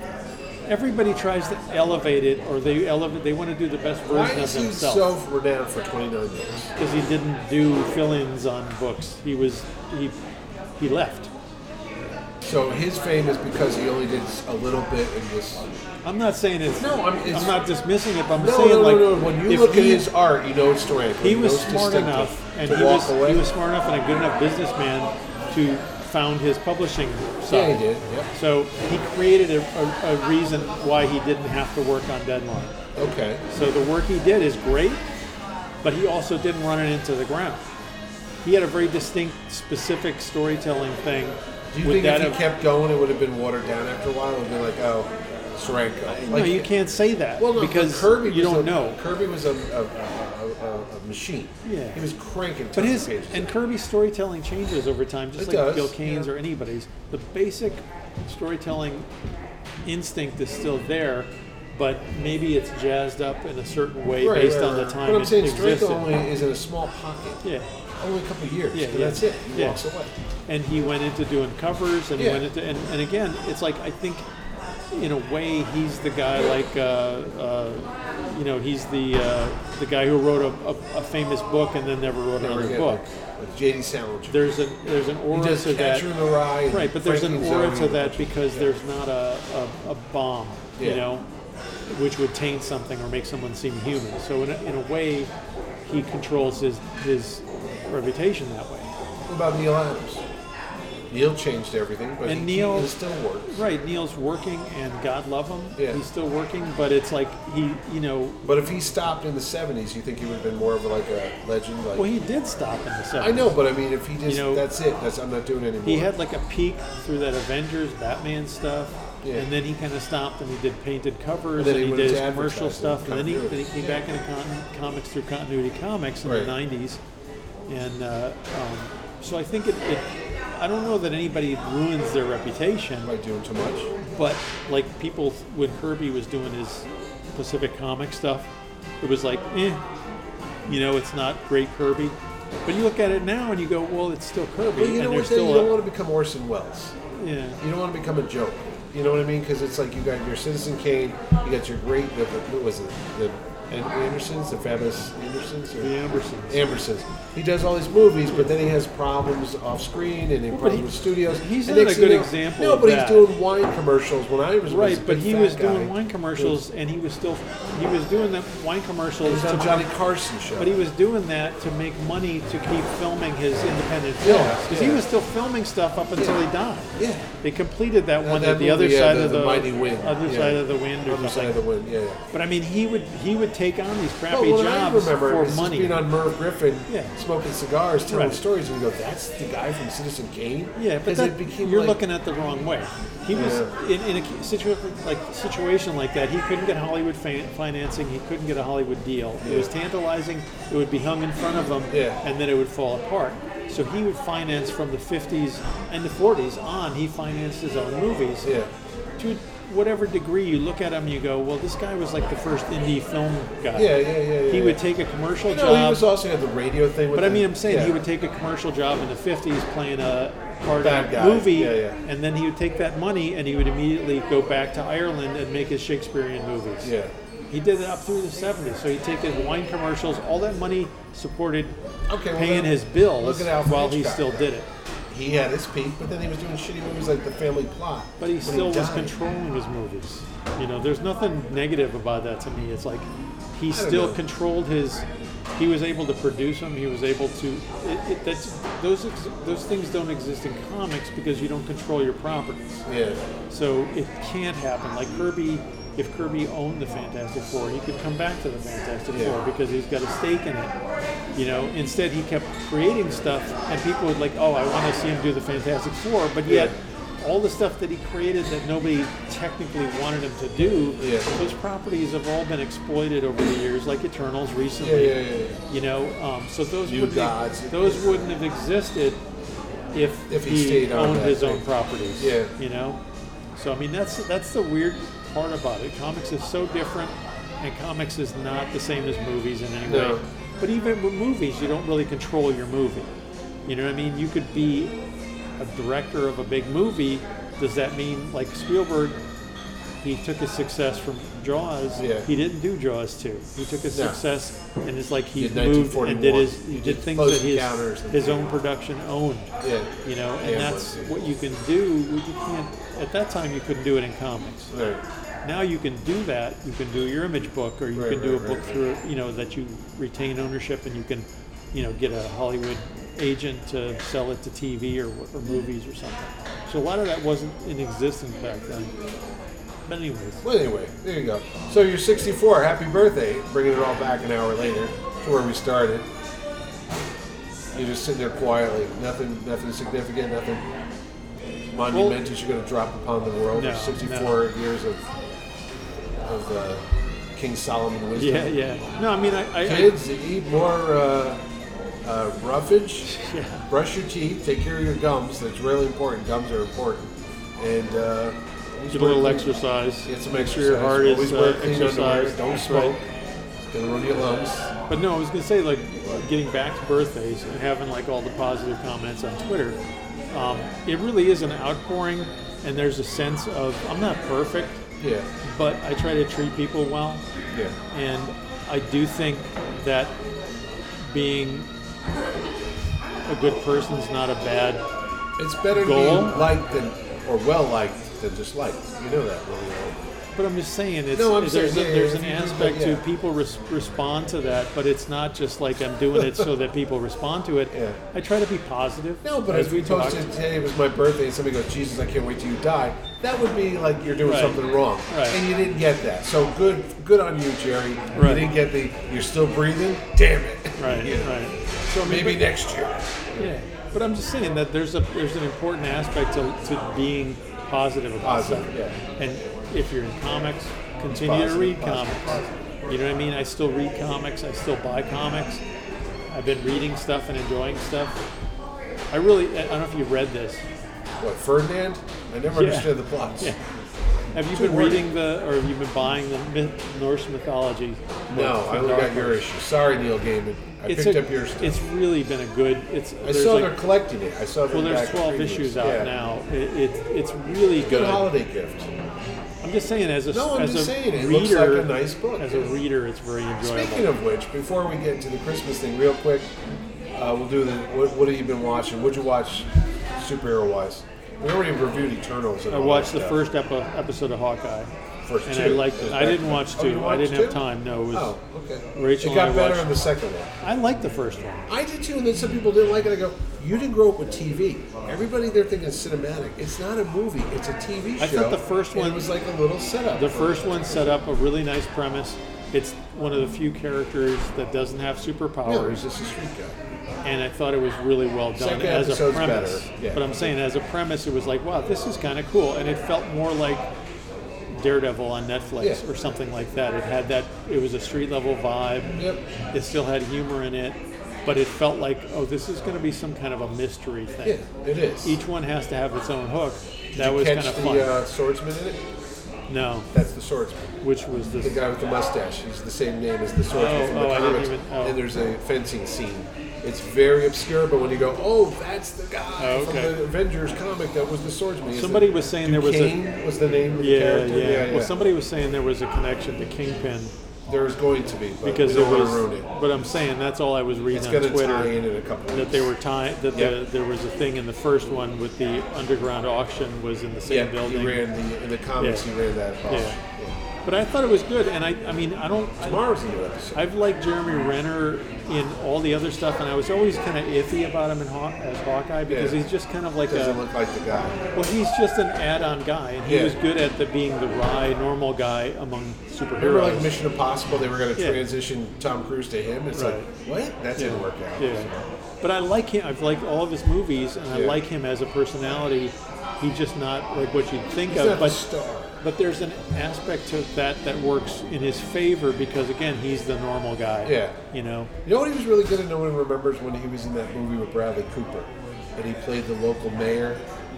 Everybody tries to elevate it, or they elevate. They want to do the best Why version of is he themselves. so renowned for 29 years? because he didn't do fill-ins on books. He was he he left. So his fame is because he only did a little bit and just. I'm not saying it's. No, I'm- it's- I'm not dismissing it. But I'm No, saying no, no, like no. When you if look at he- his art, you know it's strength. he You know was it's smart distinctive. enough and to he walk was, away. he was smart enough and a good enough businessman to found his publishing side. Yeah, he did. Yep. So he created a, a, a reason why he didn't have to work on deadline. Okay. So the work he did is great, but he also didn't run it into the ground. He had a very distinct, specific storytelling thing. Do you with think that if he of, kept going, it would have been watered down after a while? It would be like, oh, Sorenko. no, you can't say that Well, no, because Kirby you was don't a, know. Kirby was a, a, a, a, a- a machine. Yeah. He was cranking. But tons his of pages. and Kirby's storytelling changes over time, just It like does, Bill Kane's yeah. or anybody's. The basic storytelling instinct is still there, but maybe it's jazzed up in a certain way Right, based right, on the right. time But I'm it saying existed. Sorenko only is in a small pocket. yeah, Only a couple of years. Yeah, and yeah. That's it. He Yeah. walks away. and he went into doing covers, and Yeah. he went into and, and again, it's like I think in a way he's the guy like uh, uh, you know he's the uh, the guy who wrote a, a, a famous book and then never wrote Never another again. book. With J.D. Salinger. There's an there's an he aura does to that. Catcher in the Rye. and Right, but there's an Franken's aura Own to and a that bunch of- because yeah. there's not a, a, a bomb, you Yeah. know, which would taint something or make someone seem human. So in a, in a way, he controls his his reputation that way. What about Neil Adams? Neil changed everything, but And he, Neil- it still works. Right, Neil's working, and God love him, Yeah. he's still working, but it's like he, you know, But if he stopped in the '70s, you think he would have been more of like a legend? Like well, he did stop in the 70s. I know, but I mean, if he just You know- that's it. That's I'm not doing it anymore. He had like a peak through that Avengers Batman stuff, Yeah. and then he kind of stopped and he did painted covers And then and he he, went did into his commercial advertising, stuff, and then he, then he continuity. came back into con- comics through Continuity Comics in Right. the '90s, and uh, um, so I think it, it. I don't know that anybody ruins their reputation, Am I doing too much? but like people when Kirby was doing his Pacific comic stuff, it was like, eh, you know, it's not great Kirby. But you look at it now and you go, well, it's still Kirby, Well, you and know there's what? Then still you don't a, want to become Orson Welles. yeah. You don't want to become a joke. You know what I mean? Because it's like you got your Citizen Kane, you got your great. The, the, what was it? The An- Andersons, the fabulous Andersons, or The Ambersons. Ambersons. He does all these movies, but then he has problems off screen and in problems he- with studios. he's And not next a thing good you know- example No, of but that. he's doing wine commercials when I was was Right, a but big he fat was doing guy. wine commercials, and he was still he was doing them wine He commercials was on to Johnny Carson show. But he was doing that to make money to keep filming his independent Yeah, films because he yeah. was still filming stuff up until he died. Yeah. They completed that That- one that at the other movie, uh, side the- of the the, Mighty Wind, other yeah. side of the wind or Other side something. of the wind, yeah. yeah. But I mean, he would he would take on these Oh, Well, crappy what jobs I remember for is money. being on Merv Griffin, Yeah. smoking cigars, telling Right. stories, and we go, "That's the guy from Citizen Kane." Yeah, but 'Cause that, it became you're like, looking at the wrong way. He was Yeah. in, in a situation like situation like that. He couldn't get Hollywood fin- financing. He couldn't get a Hollywood deal. It was tantalizing. It would be hung in front of him, Yeah. and then it would fall apart. So he would finance from the 50s and the 40s on. He financed his own movies Yeah. to whatever degree you look at him. You go, well, this guy was like the first indie film guy. Yeah, yeah, yeah, yeah, He would yeah. take a commercial No, job. he was also had the radio thing. With But I mean, the- I'm saying yeah. he would take a commercial job in the 50s playing a part Bad in a guy. movie, Yeah, yeah. and then he would take that money and he would immediately go back to Ireland and make his Shakespearean movies. Yeah. He did it up through the 70s. So he'd take his wine commercials, all that money supported Okay, well, paying then his bills look at Alfred while he Hitchcock. still did it. He had his peak, but then he was doing shitty movies like The Family Plot. But he when still was died. controlling his movies. You know, there's nothing negative about that to me. It's like he don't still know. controlled his. He was able to produce them. He was able to. It, it, that's those ex, those things don't exist in comics because you don't control your properties. Yeah, So it can't happen. Like Kirby, if Kirby owned the Fantastic Four, he could come back to the Fantastic Yeah. Four because he's got a stake in it. You know, instead he kept creating stuff, and people would like, oh, I want to see him do the Fantastic Four, but yet. All the stuff that he created that nobody technically wanted him to do, Yeah. those properties have all been exploited over the years, like Eternals yeah, recently. yeah, yeah. yeah. You know, um, so those New wouldn't Gods. those wouldn't have existed if, If he he, stayed on owned that his thing. own properties. Yeah. You know, so I mean that's that's the weird part about it. Comics is so different, and comics is not the same as movies in any No. way. But even with movies, you don't really control your movie. You know what I mean? You could be a director of a big movie. Does that mean like Spielberg he took his success from Jaws. Yeah. He didn't do Jaws two. He took his No. success and it's like he Did moved 1941. and did his he did Did things Close that his Encounters and- his own production owned. Yeah. You know, and Yeah, it that's was. what you can do. You can't at that time you couldn't do it in comics. Right. Now you can do that. You can do your image book, or you Right, can do right, a right, book right. through you know that you retain ownership, and you can you know get a Hollywood agent to sell it to TV or, or movies or something. So a lot of that wasn't in existence back then. But anyways, Well, anyway, there you go. So you're 64. Happy birthday. Bringing it all back an hour later to where we started. You're just sitting there quietly. Nothing, nothing significant. Nothing monumental you're going to drop upon the world. No, 64 no. years of of uh, King Solomon wisdom. yeah, yeah. No, I mean I, I, I Kids, eat more uh, uh, roughage. Yeah. Brush your teeth. Take care of your gums. That's really important. Gums are important. And uh, did a little exercise. Get some Make sure exercise. your heart is, Always uh, wear clean underwear. exercised. Don't That's smoke. right. It's gonna ruin your lungs. But no, I was gonna say like getting back to birthdays and having like all the positive comments on Twitter. Um, it really is an outpouring, and there's a sense of I'm not perfect, Yeah, but I try to treat people well, yeah, and I do think that being a good person's not a bad. it's better to Goal? be liked than or well liked than just liked. You know that really well. But I'm just saying, it's, No, I'm there's, saying, a, yeah, there's yeah, an if you do that, aspect yeah. to people res- respond to that, but it's not just like I'm doing it so that people respond to it. Yeah. I try to be positive. No, but as if we talked. posted today it was my birthday and somebody goes, Jesus, I can't wait till you die, that would be like you're doing Right. something wrong. Right. And you didn't get that. So good good on you, Jerry. Right. You didn't get the you're still breathing? Damn it. Right, You know, right. So I mean, Maybe but- next year. Yeah, but I'm just saying that there's a there's an important aspect to, to being positive about Positive, stuff. yeah. And if you're in comics, continue to positive, read positive, comics. You know what I mean? I still read comics. I still buy comics. I've been reading stuff and enjoying stuff. I really I don't know if you've read this. What, Ferdinand? I never Yeah. understood the plots. Yeah. Have you Good been word. reading the or have you been buying the myth, Norse mythology? No, books I from only Dark got your Horse? issue. Sorry, Neil Gaiman. I It's picked a- up your stuff. It's really been a good. It's I there's saw like- they're collecting it. I saw Well, they're there's back 12 previews. issues out Yeah. now. It, it, it's really Good good. holiday gift. I'm just saying, as a No, I'm as just a saying, it reader, looks like a nice book. As a reader, it's very enjoyable. Speaking of which, before we get into the Christmas thing, real quick, uh, we'll do the what, what have you been watching? What'd you watch superhero wise? We already reviewed Eternals. And I all watched that the stuff. first epi- episode of Hawkeye, First and two. I liked Is it. I that- didn't watch Oh, two. you I watched didn't two? have time. No, it was. Oh, okay. Rachel it got and I better watched- in the second one. I liked the first one. I did too, and then some people didn't like it. I go, you didn't grow up with TV. Everybody they're thinking cinematic. It's not a movie. It's a TV show. I thought the first and one- it was like a little setup. The first one set up a really nice premise. It's one of the few characters that doesn't have no, it superpowers. was just a street guy. and I thought it was really well done Second as a episode's premise. better, yeah. But I'm saying as a premise, it was like, wow, this is kind of cool, and it felt more like Daredevil on Netflix Yeah. or something like that. It had that. It was a street level vibe. Yep. It still had humor in it, but it felt like, oh, this is going to be some kind of a mystery Yeah, thing. it is. Each one has to have its own hook. Did that you was catch kind of the fun. Uh, swordsman in it. no, That's the swordsman. which was The this. guy with the mustache. He's the same name as the swordsman Oh, from the oh, I didn't comics. even- oh. And there's a fencing scene. It's very obscure, but when you go, oh, that's the guy Oh, okay. from the Avengers comic that was the swordsman. Is Somebody it was saying there was a- Duquesne was the name of the Yeah, yeah, character. Well, somebody was saying there was a connection to Kingpin There's going to be, but because we there don't was. want to ruin it. But I'm saying that's all I was reading It's on going to Twitter. tie in in a couple that weeks. they were tying that Yep. the, there was a thing in the first one with the underground auction was in the same yeah, building. he ran the in the comics. Yeah. He ran that. off. Yeah. But I thought it was good, and I I mean I don't. I, Tomorrow's a new episode. I've liked Jeremy Renner in all the other stuff, and I was always kind of iffy about him in Haw- as Hawkeye because Yeah. he's just kind of like Doesn't a look like the guy. well, he's just an add-on guy, and he Yeah. was good at the being the wry, normal guy among Remember, superheroes. like Mission Impossible, they were going to Yeah. transition Tom Cruise to him. It's Right. like, what? That didn't work out. Yeah. But I like him. I've liked all of his movies, and I Yeah. like him as a personality. He's just not like what you'd think He's of. not but the star. But there's an aspect to that that works in his favor because again, he's the normal guy. Yeah. You know. You know what he was really good at? No one remembers when he was in that movie with Bradley Cooper, and he played the local mayor,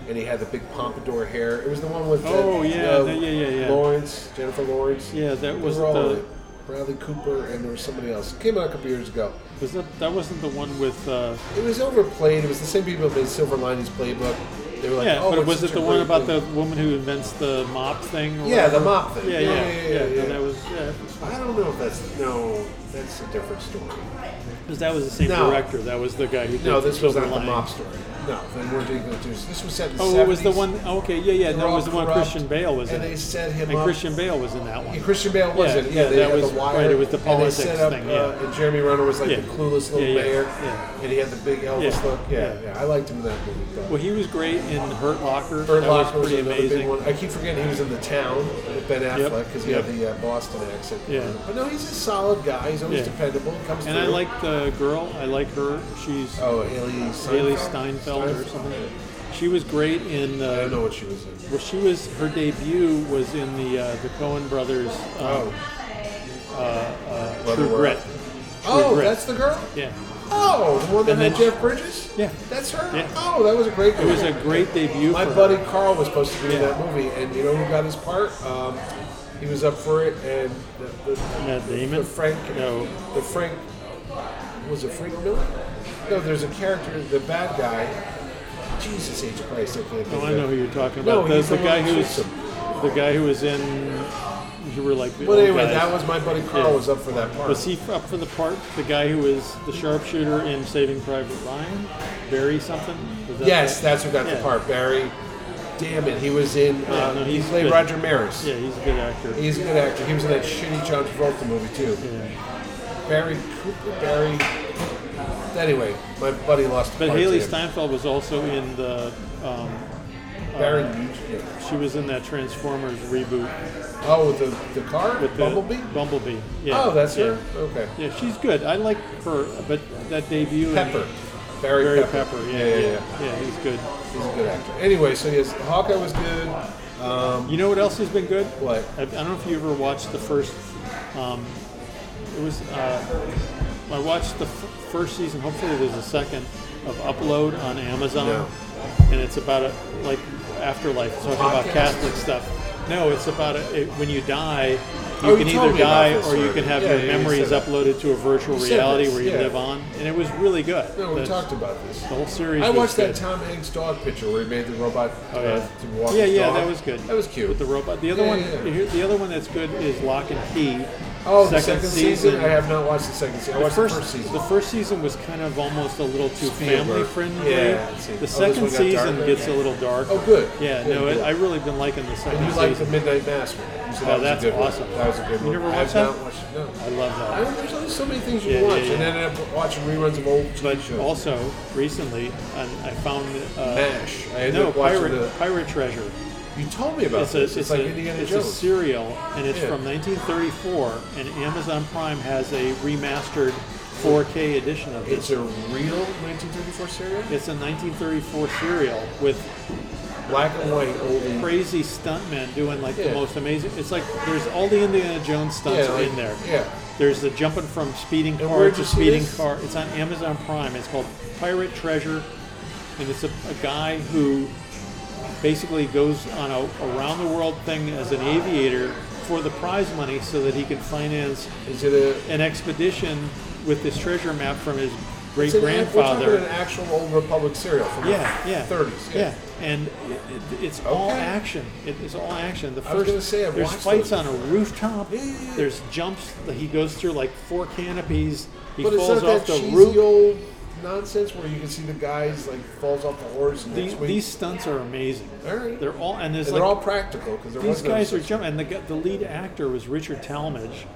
and he had the big pompadour hair. It was the one with uh, Oh, yeah, uh, the- yeah, yeah, yeah. Lawrence, Jennifer Lawrence. Yeah, that They was were all in the. it. Bradley Cooper, and there was somebody else. It came out a couple years ago. Was that that wasn't the one with? Uh, It was overplayed. It was the same people that made Silver Linings Playbook. They were like, yeah, oh, but it's was such it the a one great about thing. the woman who invents the mop thing? Or Yeah, the whatever? mop thing. Yeah, yeah, yeah. no, that was yeah, I don't know if that's no. That's a different story. because that was the same No. director. That was the guy who did No, this was Silver not the Lining. mop story. No, then we're doing this. This was set in the Oh, 70s. it was the one. oh, okay, yeah, yeah. They were No, it was all the one corrupt, Christian Bale was and in. they set him and up. Christian Bale was in that And one. Christian Bale was Yeah, it? yeah, they that had was- the wire. right, it was the and they set politics up, thing, uh, yeah. and Jeremy Renner was like Yeah. the clueless little Yeah, yeah, mayor, yeah. and he had the big Elvis Yeah, look. Yeah, yeah, yeah. I liked him in that movie. But. Well, he was great in Hurt Locker. Bird that Locker was was pretty another amazing. big one. I keep forgetting he was in The Town with Ben Yep, Affleck because he yep. had the uh, Boston accent. Yeah. But no, he's a solid guy. He's always Yeah. dependable. Comes And through. I like the girl. I like her. She's oh Haley Steinfeld. Haley Steinfeld or something. She was great in. I don't Uh, know what she was in. well, she was her debut was in the uh, the Cohen brothers. Uh, Oh, uh, True Leatherwork. Grit. oh, Grit. that's the girl. Yeah, Oh, the one that And had then she- Jeff Bridges. Yeah. that's her. Yeah. Oh, that was a great. it was a great debut. My for her. buddy Carl was supposed to be in Yeah. that movie, and you know who got his part? Um, he was up for it, and the, the, Matt Damon. the Frank, No. the Frank, was it Frank Miller? No, there's a character, the bad guy. Jesus H Christ, I can't. think Oh, of I it. know who you're talking No, about. the, he's the the guy one who who's shoots the guy who was in. You were like. the But old anyway, guys. that was my buddy Carl Yeah. was up for that part. Was he up for the part? The guy who was the sharpshooter in Saving Private Ryan, Barry something. Was that yes, it? that's who got the Yeah. part. Barry, damn it, he was in. uh, no, he he's played good. Roger Maris. Yeah, he's a good actor. He's a good actor. He was in that shitty John Travolta movie too. yeah. Barry Cooper, Barry. Anyway, my buddy lost. But part Haley to him. Steinfeld was also in the. Um, Barry Nugent. she was in that Transformers reboot Oh, with the, the car? with the Bumblebee? Bumblebee. Yeah. Oh, that's yeah. her? Okay. Yeah, she's good. I like her, but that debut. in- Pepper. Barry, Barry Pepper. Pepper. Yeah, yeah, yeah. he's good. He's a good actor. Anyway, so yes, Hawkeye was good. Um, You know what else has been good? what? I, I don't know if you ever watched the first. Um, it was. Uh, I watched the f- first season. Hopefully, there's a second of Upload on Amazon, No. and it's about a like afterlife. It's talking about Podcast? Catholic stuff. No, it's about a, it, when you die. You Oh, you can told either me about die this or you already. can have Yeah, your yeah, you memories said that. uploaded to a virtual You said reality this, where you yeah. live on, and it was really good. No, we The- talked about this. the whole series. I was watched that good. Tom Hanks dog picture where he made the robot Oh, uh, yeah. to walk yeah, his yeah, dog. that was good. That was cute. With the robot. The other Yeah, one, yeah, yeah. the- the other one that's good is Lock and Key. oh, the second season? I have not watched the second season. I the watched first, the first season. the first season was kind of almost a little too Spielberg. family friendly. Yeah, I see. Oh, the this second one got season darker? gets a little dark. oh, good. Yeah, Good, no, good. it, I really been liking the second And you like the season. Midnight Mass one. So Oh, that was that's a good one. awesome. That was a good You one. never I watched have that? not watched it. No. I love that. I, there's only so many things you Yeah, can yeah, watch, yeah. and ended up watching reruns of old TV but shows. also recently, I, I found uh, MASH. I ended no up watching pirate the- pirate treasure. you told me about It's a, this. it's, It's, like a, Indiana it's a Jones. serial, and it's Yeah. from 1934, and Amazon Prime has a remastered 4K edition of it's this. a real 1934 serial, It's a 1934 serial with black and white, old. crazy stuntmen doing like Yeah. the most amazing. It's like there's all the Indiana Jones stunts Yeah, are like- in there. yeah. There's the jumping from speeding And car where'd you to see speeding this? car. It's on Amazon Prime. It's called Pirate Treasure, and it's a, a guy who basically goes on a around the world thing as an aviator for the prize money so that he can finance Is it a? an expedition with this treasure map from his great It's an, We're grandfather. talking an actual old Republic serial from Yeah, the yeah. 30s. Yeah, and it, it, it's all Okay. action. It, it's all action. The I was first, gonna say, I've there's watched fights those on a rooftop. Yeah, yeah, yeah. There's jumps. that He goes through like four canopies. He But it's falls not off that the cheesy roof. old nonsense where you can see the guys like falls off the horse and These, next week. these stunts are amazing. All right. They're all and there's and like they're all practical because there These was no guys are such- jumping, and the, gu- the lead actor was Richard Talmadge.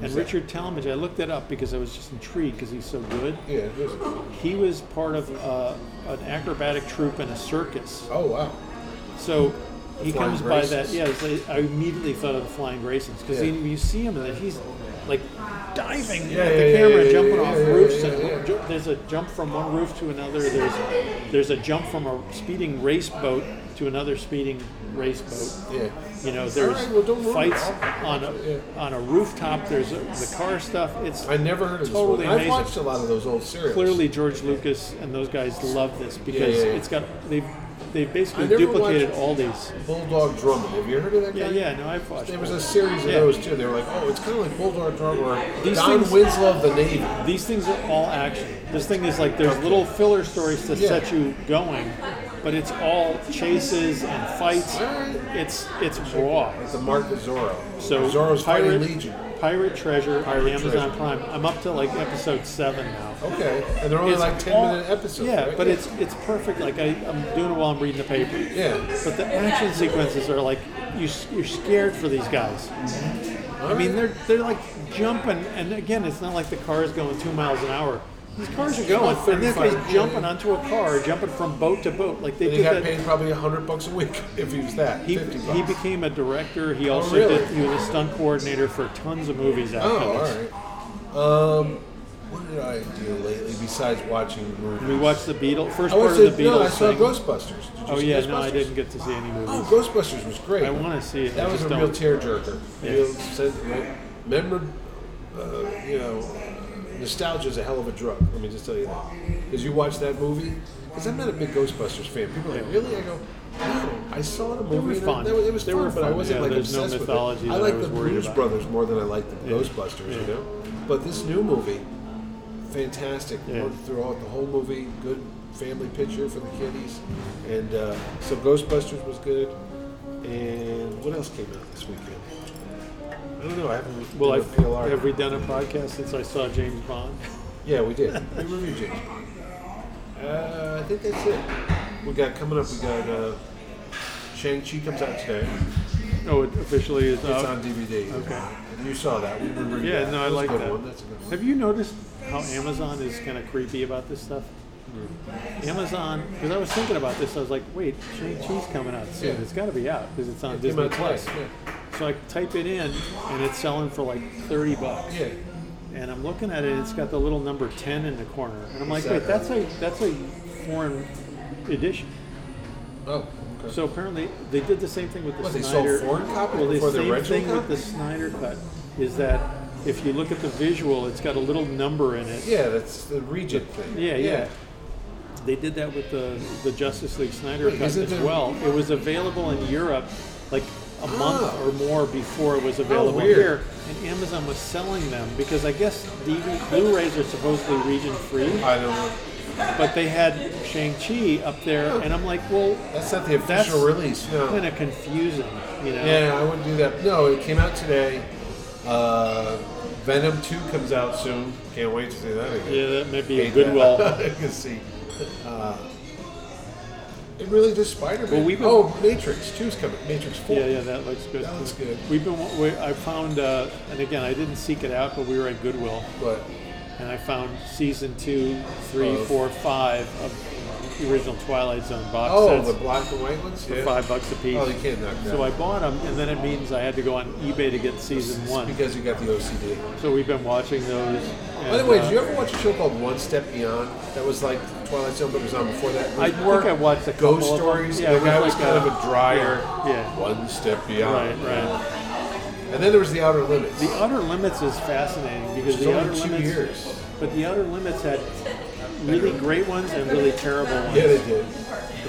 And that? Richard Talmadge, I looked it up because I was just intrigued because he's so good. Yeah. it is. He was part of uh, an acrobatic troupe in a circus. Oh wow. So he Flying comes by that. Graysons. Yeah, it's like- I immediately thought of the Flying Graysons because Yeah. when you see him, that he's like diving Yeah, at the yeah, yeah, camera, yeah, jumping yeah, off yeah, roofs. yeah, and yeah. ju- There's a jump from one roof to another. There's there's a jump from a speeding race boat to another speeding race boat. Yeah. You know, there's right, well, don't worry. fights I'll- on a on a rooftop. There's a, the car stuff. It's I never heard of this Totally one. I've amazing. watched a lot of those old serials. clearly George Lucas and those guys love this because yeah, yeah. it's got they've they've basically I never duplicated watched- all these. Bulldog Drummond. Have you heard of that Yeah, guy? yeah. No, I've watched. There was all a these. series of Yeah. those too. They were like, oh, it's kind of like Bulldog Drummond or These Don things- Winslow of the Navy. These things are all action. This thing is like there's little filler stories to Yeah. set you going, but it's all chases and fights. All right. It's it's raw. It's the mark of Zorro. So Zorro's Pirate, fighting Legion. Pirate Treasure on Pirate Amazon Treasure. Prime. I'm up to like episode seven now. Okay, and they're only It's like ten all- minute episodes. Yeah, right? but it's it's perfect. Like I, I'm doing it while I'm reading the paper. yeah. But the action sequences are like you, s- you're scared for these guys. I mean, they're they're like jumping, and again, it's not like the car is going two miles an hour. These cars are going, About and this 35. guy's jumping onto a car, jumping from boat to boat. Like they And he did got that. paid probably hundred bucks a week if he was that. He, 50 he bucks. Oh, became a director. He also really? did, he was a stunt coordinator for tons of movies after Oh, all this. right. Um, what did I do lately besides watching movies? We watched the Beatles first I part watched of the it. Beatles. No, I saw thing. Ghostbusters. Did you Oh see yeah, Ghostbusters? no, I didn't get to see any movies. Oh, Ghostbusters was great. I want to see it. That I was just a don't. real tearjerker. Yeah. Real sense, like, memor- uh, you know, nostalgia is a hell of a drug. Let me just tell you that. Because you watch that movie, because I'm not a big Ghostbusters fan. People are like, really? I go, no, I saw the movie. were and fun. It, it was They fun, were but I fun, wasn't yeah, like there's no obsessed mythology with it. I that I like was the worried Blues about. Brothers more than I like the Ghostbusters, you know? But this new movie, fantastic. Yeah. Went throughout the whole movie, good family picture for the kiddies. And uh, so Ghostbusters was good. And what else came out this weekend? I don't know. I haven't. Well, done I've, a PLR. have we done a podcast since I saw James Bond? Yeah, we did. we reviewed James Bond. Uh, I think that's it. We got coming up. We got uh, Shang Chi comes out today. Oh, it officially is It's out. on DVD. okay. And you saw that. We reviewed Yeah, that. no, I That's like a good that. One. That's a good one. Have you noticed how Amazon is kind of creepy about this stuff? Amazon, because I was thinking about this, I was like, wait, Shang Chi's coming out soon. Yeah. It's got to be out because it's on Came Disney out Plus. today, So I type it in, and it's selling for like thirty bucks. Yeah. And I'm looking at it, and it's got the little number ten in the corner, and I'm like, that wait, that's a that's a foreign edition. yeah. Oh. Okay. So apparently, they did the same thing with the What, they sold Snyder. foreign copies well, the before the same original thing copy? with the Snyder cut is that if you look at the visual, it's got a little number in it. Yeah, that's the Regent thing. Yeah, yeah. They did that with the the Justice League Snyder Wait, cut is it as the- well. It was available in Europe, like a month Oh. or more before it was available weird. here, and Amazon was selling them because I guess DVD, Blu-rays are supposedly region free, I don't know. but they had Shang Chi up Oh. there, and I'm like, well, That's not the official That's release. No. kind of confusing, you know? Yeah, I wouldn't do that. No, it came out today. Uh, Venom 2 comes out soon. Can't wait to see that again. Yeah, that may be a Hate Goodwill. that. I can see. Uh, it really just Spider Man. Well, we've been- oh, Matrix 2's coming. Matrix 4. yeah, yeah, that looks good. That looks good. We've been. wa- We, I found, uh, and again, I didn't seek it out, but we were at Goodwill, But and I found season two, three, Of- four, five of the original Twilight Zone box oh, sets the black and white ones. for yeah. five bucks a piece. Oh, you can't knock that. so I bought them, and then it means I had to go on eBay to get season It's one. because you got the OCD. So we've been watching those. By the and, way, uh, did you ever watch a show called One Step Beyond? That was like Twilight Zone, but it was on before that. I It was think more I watched a ghost couple of them. stories. Yeah, the it was guy was like kind a- of a drier. yeah. One Step Right, Beyond. right. And then there was The Outer Limits. The Outer Limits is fascinating because It's the only Outer two Limits, years. but the Outer Limits had really great ones and really terrible ones. yeah, they did.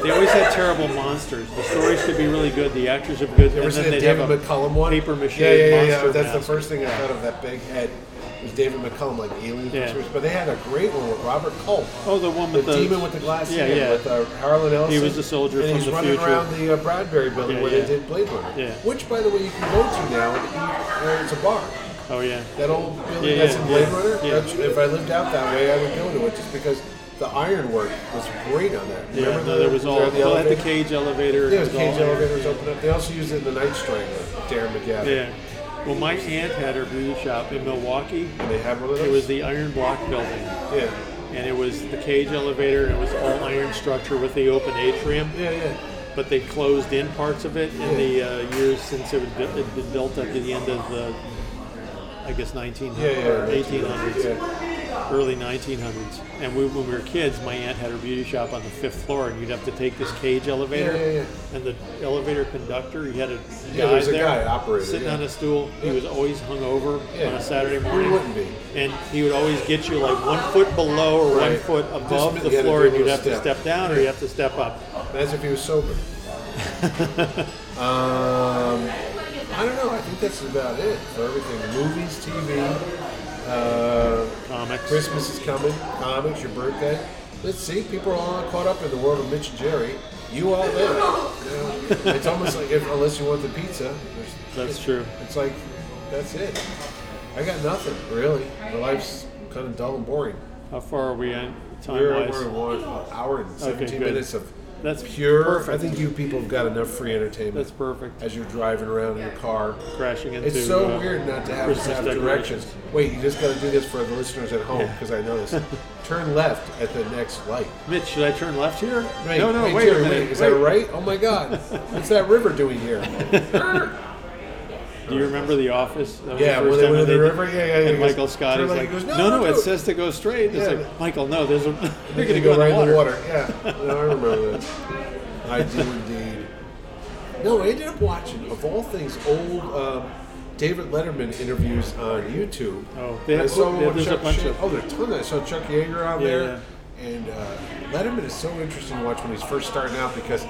They always had terrible monsters. The stories could be really good, the actors are good, You ever and see then that they'd David have a McCullum one? paper mache Yeah, yeah, yeah. yeah. monster That's the mask. first thing I thought of. That big head was David McCullum, like alien Yeah. monsters. But they had a great one with Robert Culp. Oh, the one The, with the, demon with the glass Yeah, hand yeah. with uh, Harlan Ellison. was the soldier and from he's the running future. around the uh, Bradbury building Yeah, where yeah. they did Blade Runner. Yeah. Which, by the way, you can go to now and eat, where it's a bar. oh yeah. That old building Yeah, that's yeah, in Blade yeah, Runner. yeah. that's- If I lived out that way, I would go to it just because the ironwork was great on that. Yeah, Remember no, there was all there well, the they had the elevator? cage elevator. Yeah, it the was cage all- elevators open up. They also used it in the Night Strangler, Darren McGavin. Yeah. Well, my aunt had her beauty shop in Milwaukee. And they have one of those. It was the Iron Block building. yeah, and it was the cage elevator and it was all iron structure with the open atrium yeah, yeah. but they closed in parts of it in the uh, years since it was bu- it had been built up to the end of the i guess 1900 Yeah, yeah, or 1800s 1900s, early 1900s and we, when we were kids my aunt had her beauty shop on the fifth floor and you'd have to take this cage elevator Yeah, yeah, and the elevator conductor he had a guy Yeah, there was a there guy, operator, sitting yeah. on a stool he was always hung over Yeah. on a saturday Who morning wouldn't be? and he would always get you like one foot below or one Right. foot Just above you the gotta floor, do a and you'd little have to step. step down or you have to step up. That's if he was sober. um, I don't know. I think that's about it for everything. Movies, TV, uh, Comics. Christmas is coming, comics, your birthday. Let's see. People are all caught up in the world of Mitch and Jerry. you all live. You know, it's almost like if, unless you want the pizza, there's- That's true. It's like that's it. I got nothing really. My life's kind of dull and boring. How far are we on time We're, wise? we're one an hour and Okay, 17 good. minutes of That's pure. I perfect. think you people have got enough free entertainment That's perfect. as you're driving around in your car. Crashing into. It's so uh, weird not to have, Christmas have directions. Wait, you just got to do this for the listeners at home because I know this. Turn left at the next light. Mitch, should I turn left here? Wait, no, no, wait, a Jerry, minute. Is wait. that right? Oh my God! What's that river doing here? Do you remember The Office? That was the Yeah, when first they time went to that the did- river, yeah, yeah, yeah. And He goes, Michael Scott turn is left. like, He goes, no, "No, no, no, it no." says to go straight. It's Yeah. like, Michael, no, there's a. You're You're gonna going to go right in in the water. Yeah, no, I remember that. I do indeed. No, I ended up watching of all things old um, David Letterman interviews on YouTube. Oh, they And I have- saw they- one there's a Chuck bunch Shan- of- Oh, there's tons. I saw Chuck Yeager on Yeah, there, and uh, Letterman is so interesting to watch when he's first starting out because.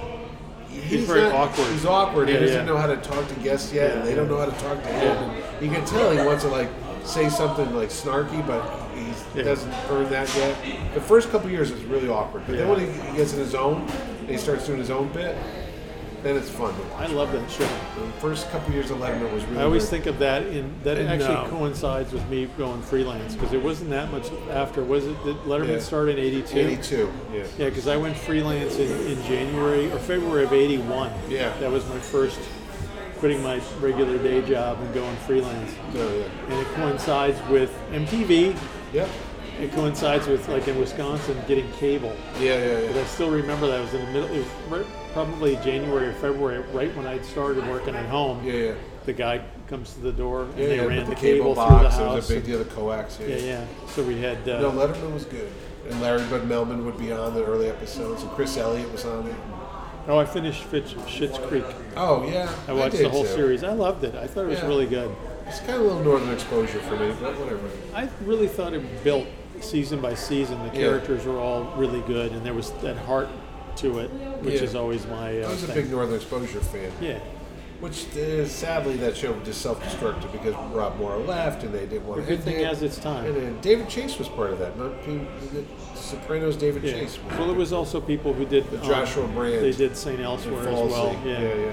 He's, very not- awkward. He's awkward. Yeah, he doesn't yeah. know how to talk to guests yet, and they don't know how to talk to him. And you can tell he wants to like say something like snarky, but he Yeah. doesn't earn that yet. The first couple years is really awkward, but then Yeah. when he, he gets in his own and he starts doing his own bit, then it's fun. to watch. I love that show. The first couple years of Letterman was really. I always weird. think of that in that And actually now. coincides with me going freelance because it wasn't that much after. Was it? Did Letterman Yeah. start in '82? eighty-two. Yeah. Yeah, because I went freelance in, in January or February of '81. Yeah. that was my first quitting my regular day job and going freelance, No, yeah. and it coincides with MTV. Yep. It coincides with like in Wisconsin getting cable. Yeah, yeah, But I yeah. still remember that it was in the middle. It was right, probably January or February, right when I started working at home. Yeah, yeah. The guy comes to the door and Yeah, they yeah, ran with the, the cable, cable, box. through It the was house. a big deal. The coax. yeah, yeah. So we had uh, No, Letterman was good, and Larry Bud Melman would be on the early episodes, and Chris Elliott was on it. Oh, I finished Fitch, Schitt's Creek. Oh yeah, I watched did the whole too. series. I loved it. I thought it was Yeah. really good. It's kind of a little northern exposure for me, but whatever. I really thought it built season by season. The Yeah. characters were all really good, and there was that heart to it, which Yeah. is always my. Uh, I was a thing. big northern exposure fan, yeah, which uh, sadly that show just self-destructed because Rob Morrow left and they didn't want Everything end it. has its time. And then David Chase was part of that. Not he- the Sopranos. David yeah. Chase. Well, it was also people who did um, Joshua Brand. They did St. Elsewhere as well. Falsey. yeah, yeah.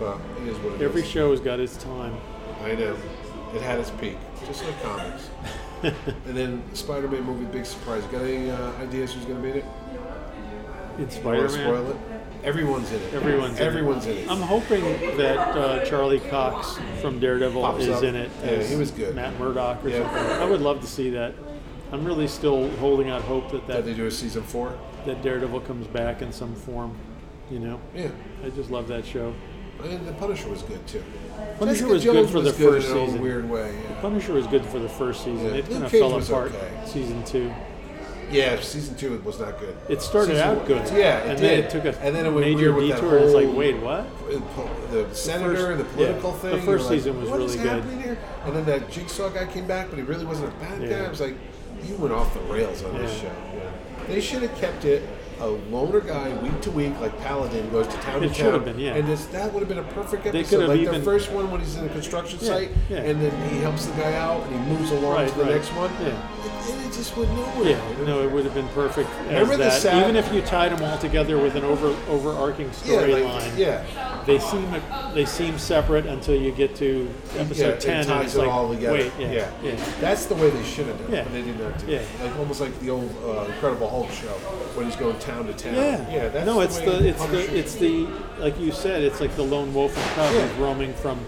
Well, it is what it is. Every show has got its time. I know. It had its peak, just like comics. and then Spider-Man movie, big surprise. Got any uh, ideas who's going to be in it? In Wanna Spider-Man. spoil it? Everyone's in it. Everyone's in it. everyone's in it. I'm hoping that uh, Charlie Cox from Daredevil Pops is up. in it. Yeah, as he was good. Matt Murdock or Yeah. something. I would love to see that. I'm really still holding out hope that Did they that, do a season four? that Daredevil comes back in some form. You know, Yeah. I just love that show. And the Punisher was good too. Punisher Jessica was good Jones for the was good first in her own season. Weird way. Yeah. Punisher was good for the first season. Yeah. It kind Luke of Cage fell was apart. okay. Season two. Yeah, season two was not good. It started Season out one- good. Yeah, it and did. then it took a and then it went major weird with detour. That and it's whole, like, wait, what? the po- The senator, first- the political yeah, the thing. first you're like, season was "What really is good." happening here? And then that jigsaw guy came back, but he really wasn't a bad guy. Yeah. I was like, you went off the rails on this show. Yeah. Yeah. They should have kept it a loner guy week to week, like Paladin goes to town It to should town. have been, yeah. And this, that would have been a perfect could episode. have Like the even- first one when he's in a construction Yeah, site, yeah. and then he helps the guy out, and he moves along Right, to the right. next one. Yeah. And, and it just went nowhere. Yeah, no, it would have been perfect. As Remember the that. sad- Even if you tied them all together with an over overarching Yeah, like, storyline, yeah. they seem they seem separate until you get to episode yeah, ten, it and ties it's it like, all together. wait, yeah, yeah. yeah, That's the way they should have done it, Yeah. but they did not do it. Yeah. Like almost like the old uh, Incredible Hulk show when he's going town to town. Yeah. yeah. That's no, it's way the, it's Punisher- the it's the like you said, it's like the lone wolf and cub Yeah. is roaming from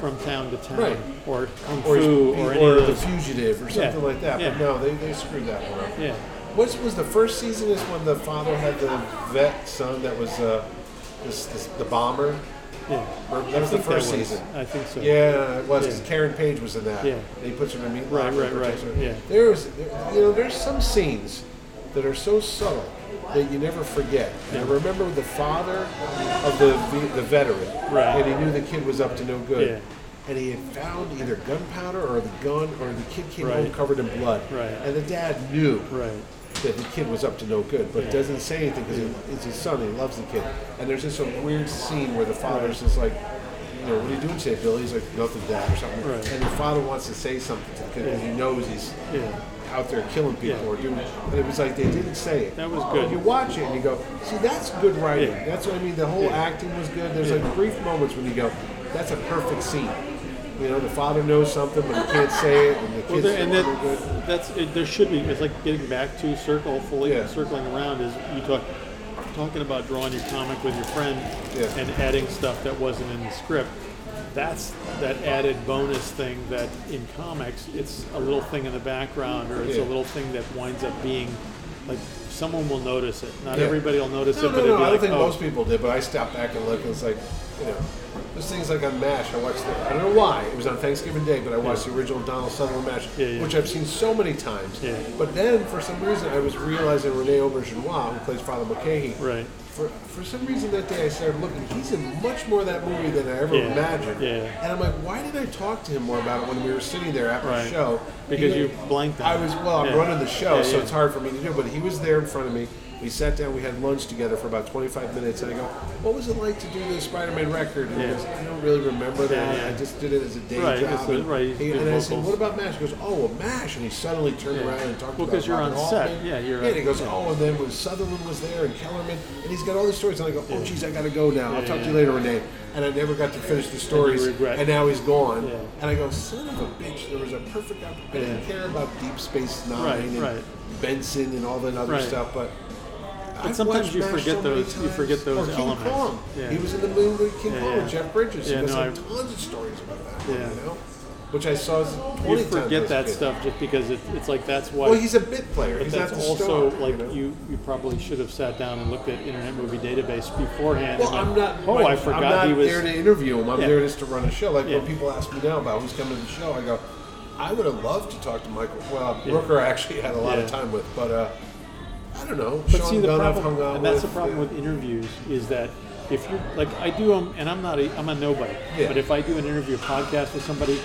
from town to town, Right. or kung or, he's- fu, or, any or of the those. fugitive or something like that. Yeah. But no, they, they screwed that one up. Yeah, What was the first season? Is when the father had the vet son that was uh, this, this the bomber. yeah. Or- I That was the think first that was, season. I think so. Yeah, it was. 'cause Yeah. Karen Page was in that. Yeah. And he puts her in a meat Right, locker right, and protects right, her. yeah. There's, you know, there's some scenes that are so subtle that you never forget. And I Yeah. remember the father of the ve- the veteran, Right. and he knew the kid was up to no good. Yeah. And he had found either gunpowder or the gun, or the kid came home Right. covered in blood. Right. And the dad knew Right. that the kid was up to no good, but Yeah. doesn't say anything because it's his son. and He loves the kid. And there's just a weird scene where the father's just like, you know, what are you doing today, Billy? He's like, nothing, dad, or something. Right. And the father wants to say something to the kid because Yeah. he knows he's Yeah. out there killing people Yeah. or doing. But it was like they didn't say it. That was good. You watch it and you go, see, that's good writing. Yeah. That's what I mean. The whole Yeah. acting was good. There's Yeah. like brief moments when you go, that's a perfect scene. You know, the father knows something but he can't say it, and the kids Well, there, and are good. that, that's it, there should be. It's like getting back to circle, fully Yeah. circling around. Is you talk talking about drawing your comic with your friend Yeah. and adding stuff that wasn't in the script. That's that added bonus thing that in comics, it's a little thing in the background or it's Yeah. a little thing that winds up being like someone will notice it. Not Yeah. everybody will notice No, it, no, but no. it'll be I don't like, think oh, most people did, but I stopped back and looked, and it's like, you know, there's things like on MASH. I watched. The, I don't know why it was on Thanksgiving Day, but I watched the original Donald Sutherland MASH, Yeah, yeah. which I've seen so many times. Yeah. But then, for some reason, I was realizing Rene Auberginois, who plays Father McCahey, right. for, for some reason that day I started looking. He's in much more of that movie than I ever Yeah, imagined. yeah. And I'm like, why did I talk to him more about it when we were sitting there after the Right. show? Because He- you blanked on I it. was well. I'm Yeah. running the show, Yeah, so yeah. it's hard for me to do. But he was there in front of me. We sat down. We had lunch together for about 25 minutes, and I go, "What was it like to do the Spider-Man record?" And he Yeah. goes, "I don't really remember that. yeah. I just did it as a day Right, job." it's a- and right, you he- did and I said, vocals. "What about Mash?" He goes, "Oh, well, Mash." And he suddenly turned Yeah. around and talked Well, about 'cause you're Robert on set. Altman. Yeah, you're and he on- goes, yeah. "Oh, Oh, and then when Sutherland was there and Kellerman, and he's got all these stories. And I go, oh, geez, I got to go now. I'll talk to you later, Renee. And I never got to finish the stories. regret. And now he's gone. Yeah. And I go, son of a bitch, there was a perfect opportunity. I didn't Yeah. care about Deep Space Nine Right, and right. Benson and all that other Right. stuff, but. I've sometimes watched you MASH forget so many those- you times. forget those or King elements. Kong. Yeah. He was in the movie King Yeah, Kong yeah. with Jeff Bridges. Yeah, he has no, like I- tons of stories about that. Yeah. You know? Which I saw as 20 You times forget as a that kid. stuff just because it, it's like that's why. Well, he's a bit player. But he's that's not the also star, like know? you, you probably should have sat down and looked at Internet Movie Database beforehand. Well, and I'm went, not. Oh, my- I forgot I'm not he was. there to interview him. I'm Yeah. there just to run a show. Like Yeah. when people ask me now about who's coming to the show, I go, I would have loved to talk to Michael. Well, Rooker I actually had a lot Yeah. of time with, but uh, I don't know. but Sean see, the Gunn I've problem, hung out and that's with, the problem yeah. with interviews is that if you like, I do them, and I'm not, a, I'm a nobody. Yeah. But if I do an interview podcast with somebody,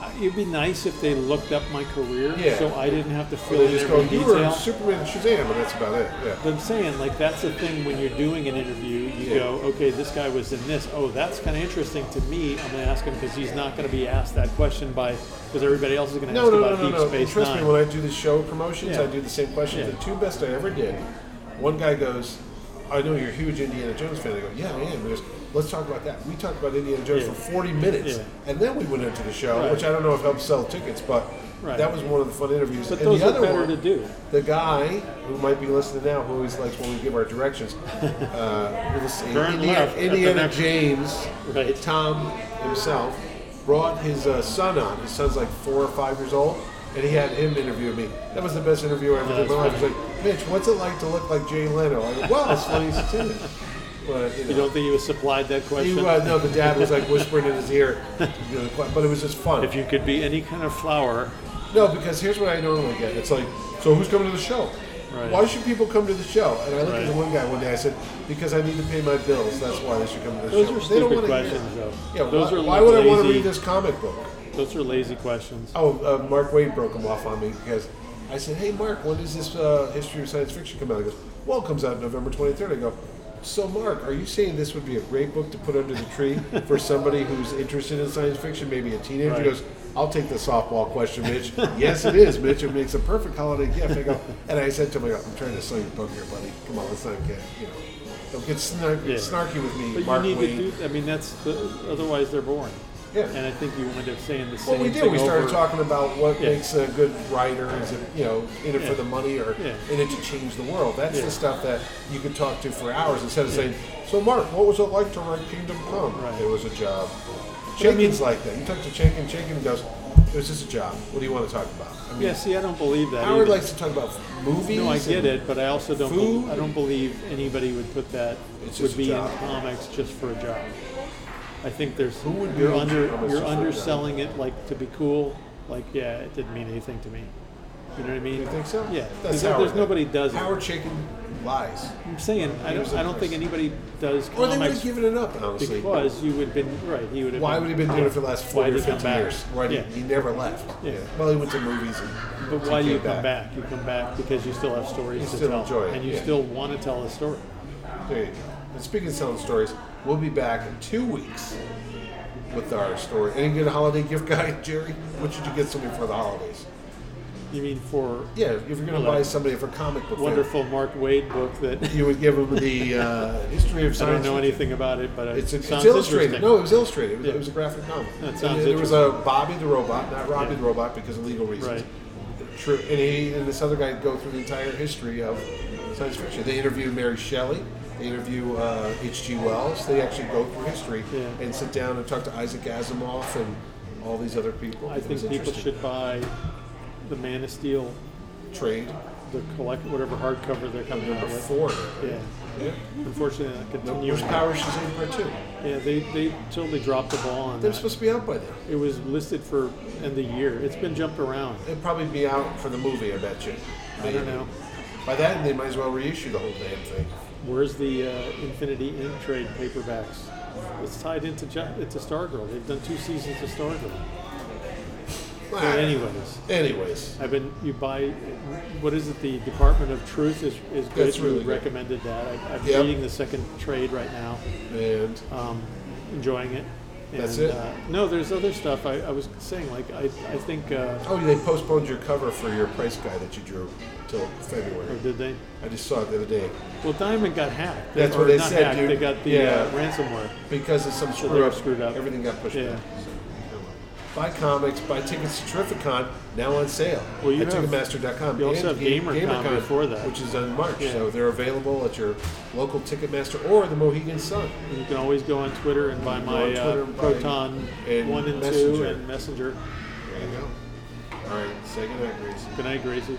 I- it'd be nice if they looked up my career, Yeah. so I didn't have to But fill they in just go, every you were in detail. Superman and Shazam, and that's about it. Yeah. But I'm saying, like, that's the thing when you're doing an interview, you Yeah. go, okay, this guy was in this. Oh, that's kind of interesting to me. I'm going to ask him because he's not going to be asked that question by, because everybody else is going to No, ask no, no, about no, Deep no. Space Trust Nine. me, when I do the show promotions, Yeah. I do the same questions. Yeah. The two best I ever did. One guy goes, "I know you're a huge Indiana Jones fan." I go, "Yeah, I am." He goes, "Let's talk about that." We talked about Indiana Jones Yeah. for 40 minutes, Yeah. and then we went into the show, Right. which I don't know if helped sell tickets, but Right. that was one of the fun interviews. but and those the are other better one, to do. the guy who might be listening now, who always likes when we give our directions, uh, we'll say Turn Indiana, left at the Indiana next- James, Right. Tom himself, brought his uh, son on. His son's like four or five years old, and he had him interview me. That was the best interview I ever did in my life. That's He's like, Mitch, what's it like to look like Jay Leno? I go, well, it's funny as it is. But, You you know. don't think he was supplied that He, question? uh, no, the dad was like whispering in his ear, you know, but it was just fun. If you could be any kind of flower, No, because here's what I normally get. It's like, so who's coming to the show? Right. Why should people come to the show? And I looked at Right. the one guy one day. I said, because I need to pay my bills. That's why they should come to the Those show. are they don't stupid wanna hear it. questions, though. Yeah, Those why, are why would I want to lazy- read this comic book? those are lazy questions. Oh, uh, Mark Wade broke him off on me because I said, hey, Mark, when does this uh, history of science fiction come out? He goes, well, it comes out November 23rd. I go, so Mark, are you saying this would be a great book to put under the tree for somebody who's interested in science fiction, maybe a teenager? Right. He goes, I'll take the softball question, Mitch. yes, it is, Mitch. It makes a perfect holiday gift. I go, and I said to him, I go, I'm trying to sell your book here, buddy. Come on, let's not get, you know, don't get snarky, Yeah. snarky with me, But Mark you need Wade. to do. I mean, that's the, otherwise they're boring. Yeah. And I think you wind up saying the Well, same we did. thing We started over- talking about what Yeah. makes a good writer. Is it you know in it Yeah. for the money or Yeah. in it to change the world? That's Yeah. the stuff that you could talk to for hours instead of saying, "So, Mark, what was it like to write Kingdom Come? Right. It was a job." But I mean- Chicken's like that. You talk to Chicken, Chicken goes, "It was just a job. What do you want to talk about?" I mean, Yeah, see, I don't believe that. Howard either. likes to talk about movies. No, I get and- it, but I also don't. food. Be, I don't believe anybody would put that It's just would a be in job. comics just for a job. I think there's Who would be you're in under comics you're just for a underselling it like to be cool. Like yeah, it didn't mean anything to me. You know what I mean? You think so? Yeah. that's There's, there's Howard. nobody does it. Howard Chicken lies. I'm saying I He was don't. the I don't think first. anybody does Or they would have comics given it up, honestly. because you would have been right. He would have. Why would he been doing it for the last 40 Why or did he come 50 back? years? Why did Yeah. he never left? Yeah. Well, he went to movies. And But why do you came come back. You come back because you still have stories You to still tell, enjoy it, and you yeah. still want to tell a story. There you go. And speaking of selling stories, we'll be back in two weeks with our story. Any good holiday gift guide, Jerry? What should you get somebody for the holidays? You mean for Yeah, if you're going to buy somebody for comic book, fan, wonderful Mark Wade book that you would give them the uh, history of I science. don't know anything about it, but It's, it it's sounds illustrated. interesting. No, it was illustrated. It was, Yeah. it was a graphic novel. That And sounds there was a Bobby the robot, not Robbie the robot, because of legal reasons. Right. True. And he and this other guy go through the entire history of science fiction. They interview Mary Shelley. They interview uh, H.G. Wells. They actually go through history Yeah. and sit down and talk to Isaac Asimov and all these other people. I It think was people interesting. should buy the Man of Steel, trade the collect whatever hardcover they're coming out number with. four. Yeah. Yeah. Unfortunately, that No, continuing. where's Power Shazam Part Two? Yeah, they, they totally dropped the ball on They're that. supposed to be out by then. It was listed for end of year. It's been jumped around. They'd probably be out for the movie. I bet you. I don't know. By that, they might as well reissue the whole damn thing. Where's the uh, Infinity Ink trade paperbacks? It's tied into Je- it's a Stargirl. They've done two seasons of Stargirl. Well, But anyways, anyways, I've been you buy what is it? The Department of Truth is is good. That's really you good. recommended that. I, I'm Yep. reading the second trade right now, and um, enjoying it. And, That's it? Uh, no, there's other stuff. I, I was saying like I I think uh, oh, they postponed your cover for your price guy that you drew till or February. oh, did they? I just saw it the other day Well, Diamond got hacked. That's Or what they not said, hacked, dude. They got the Yeah. uh, ransomware. because of some they screw were up. screwed up. Everything got pushed Yeah. back. Buy comics, buy tickets to Terrificon, now on sale Well, you at have- Ticketmaster.com. you also have and GamerCon before that. Which is on March, Yeah. so they're available at your local Ticketmaster or the Mohegan Sun. You can always go on Twitter and buy Go my on Twitter uh, and buy Proton and 1 and Messenger. 2 and Messenger. There you go. All right, say goodnight, Gracie. Good night, Gracie.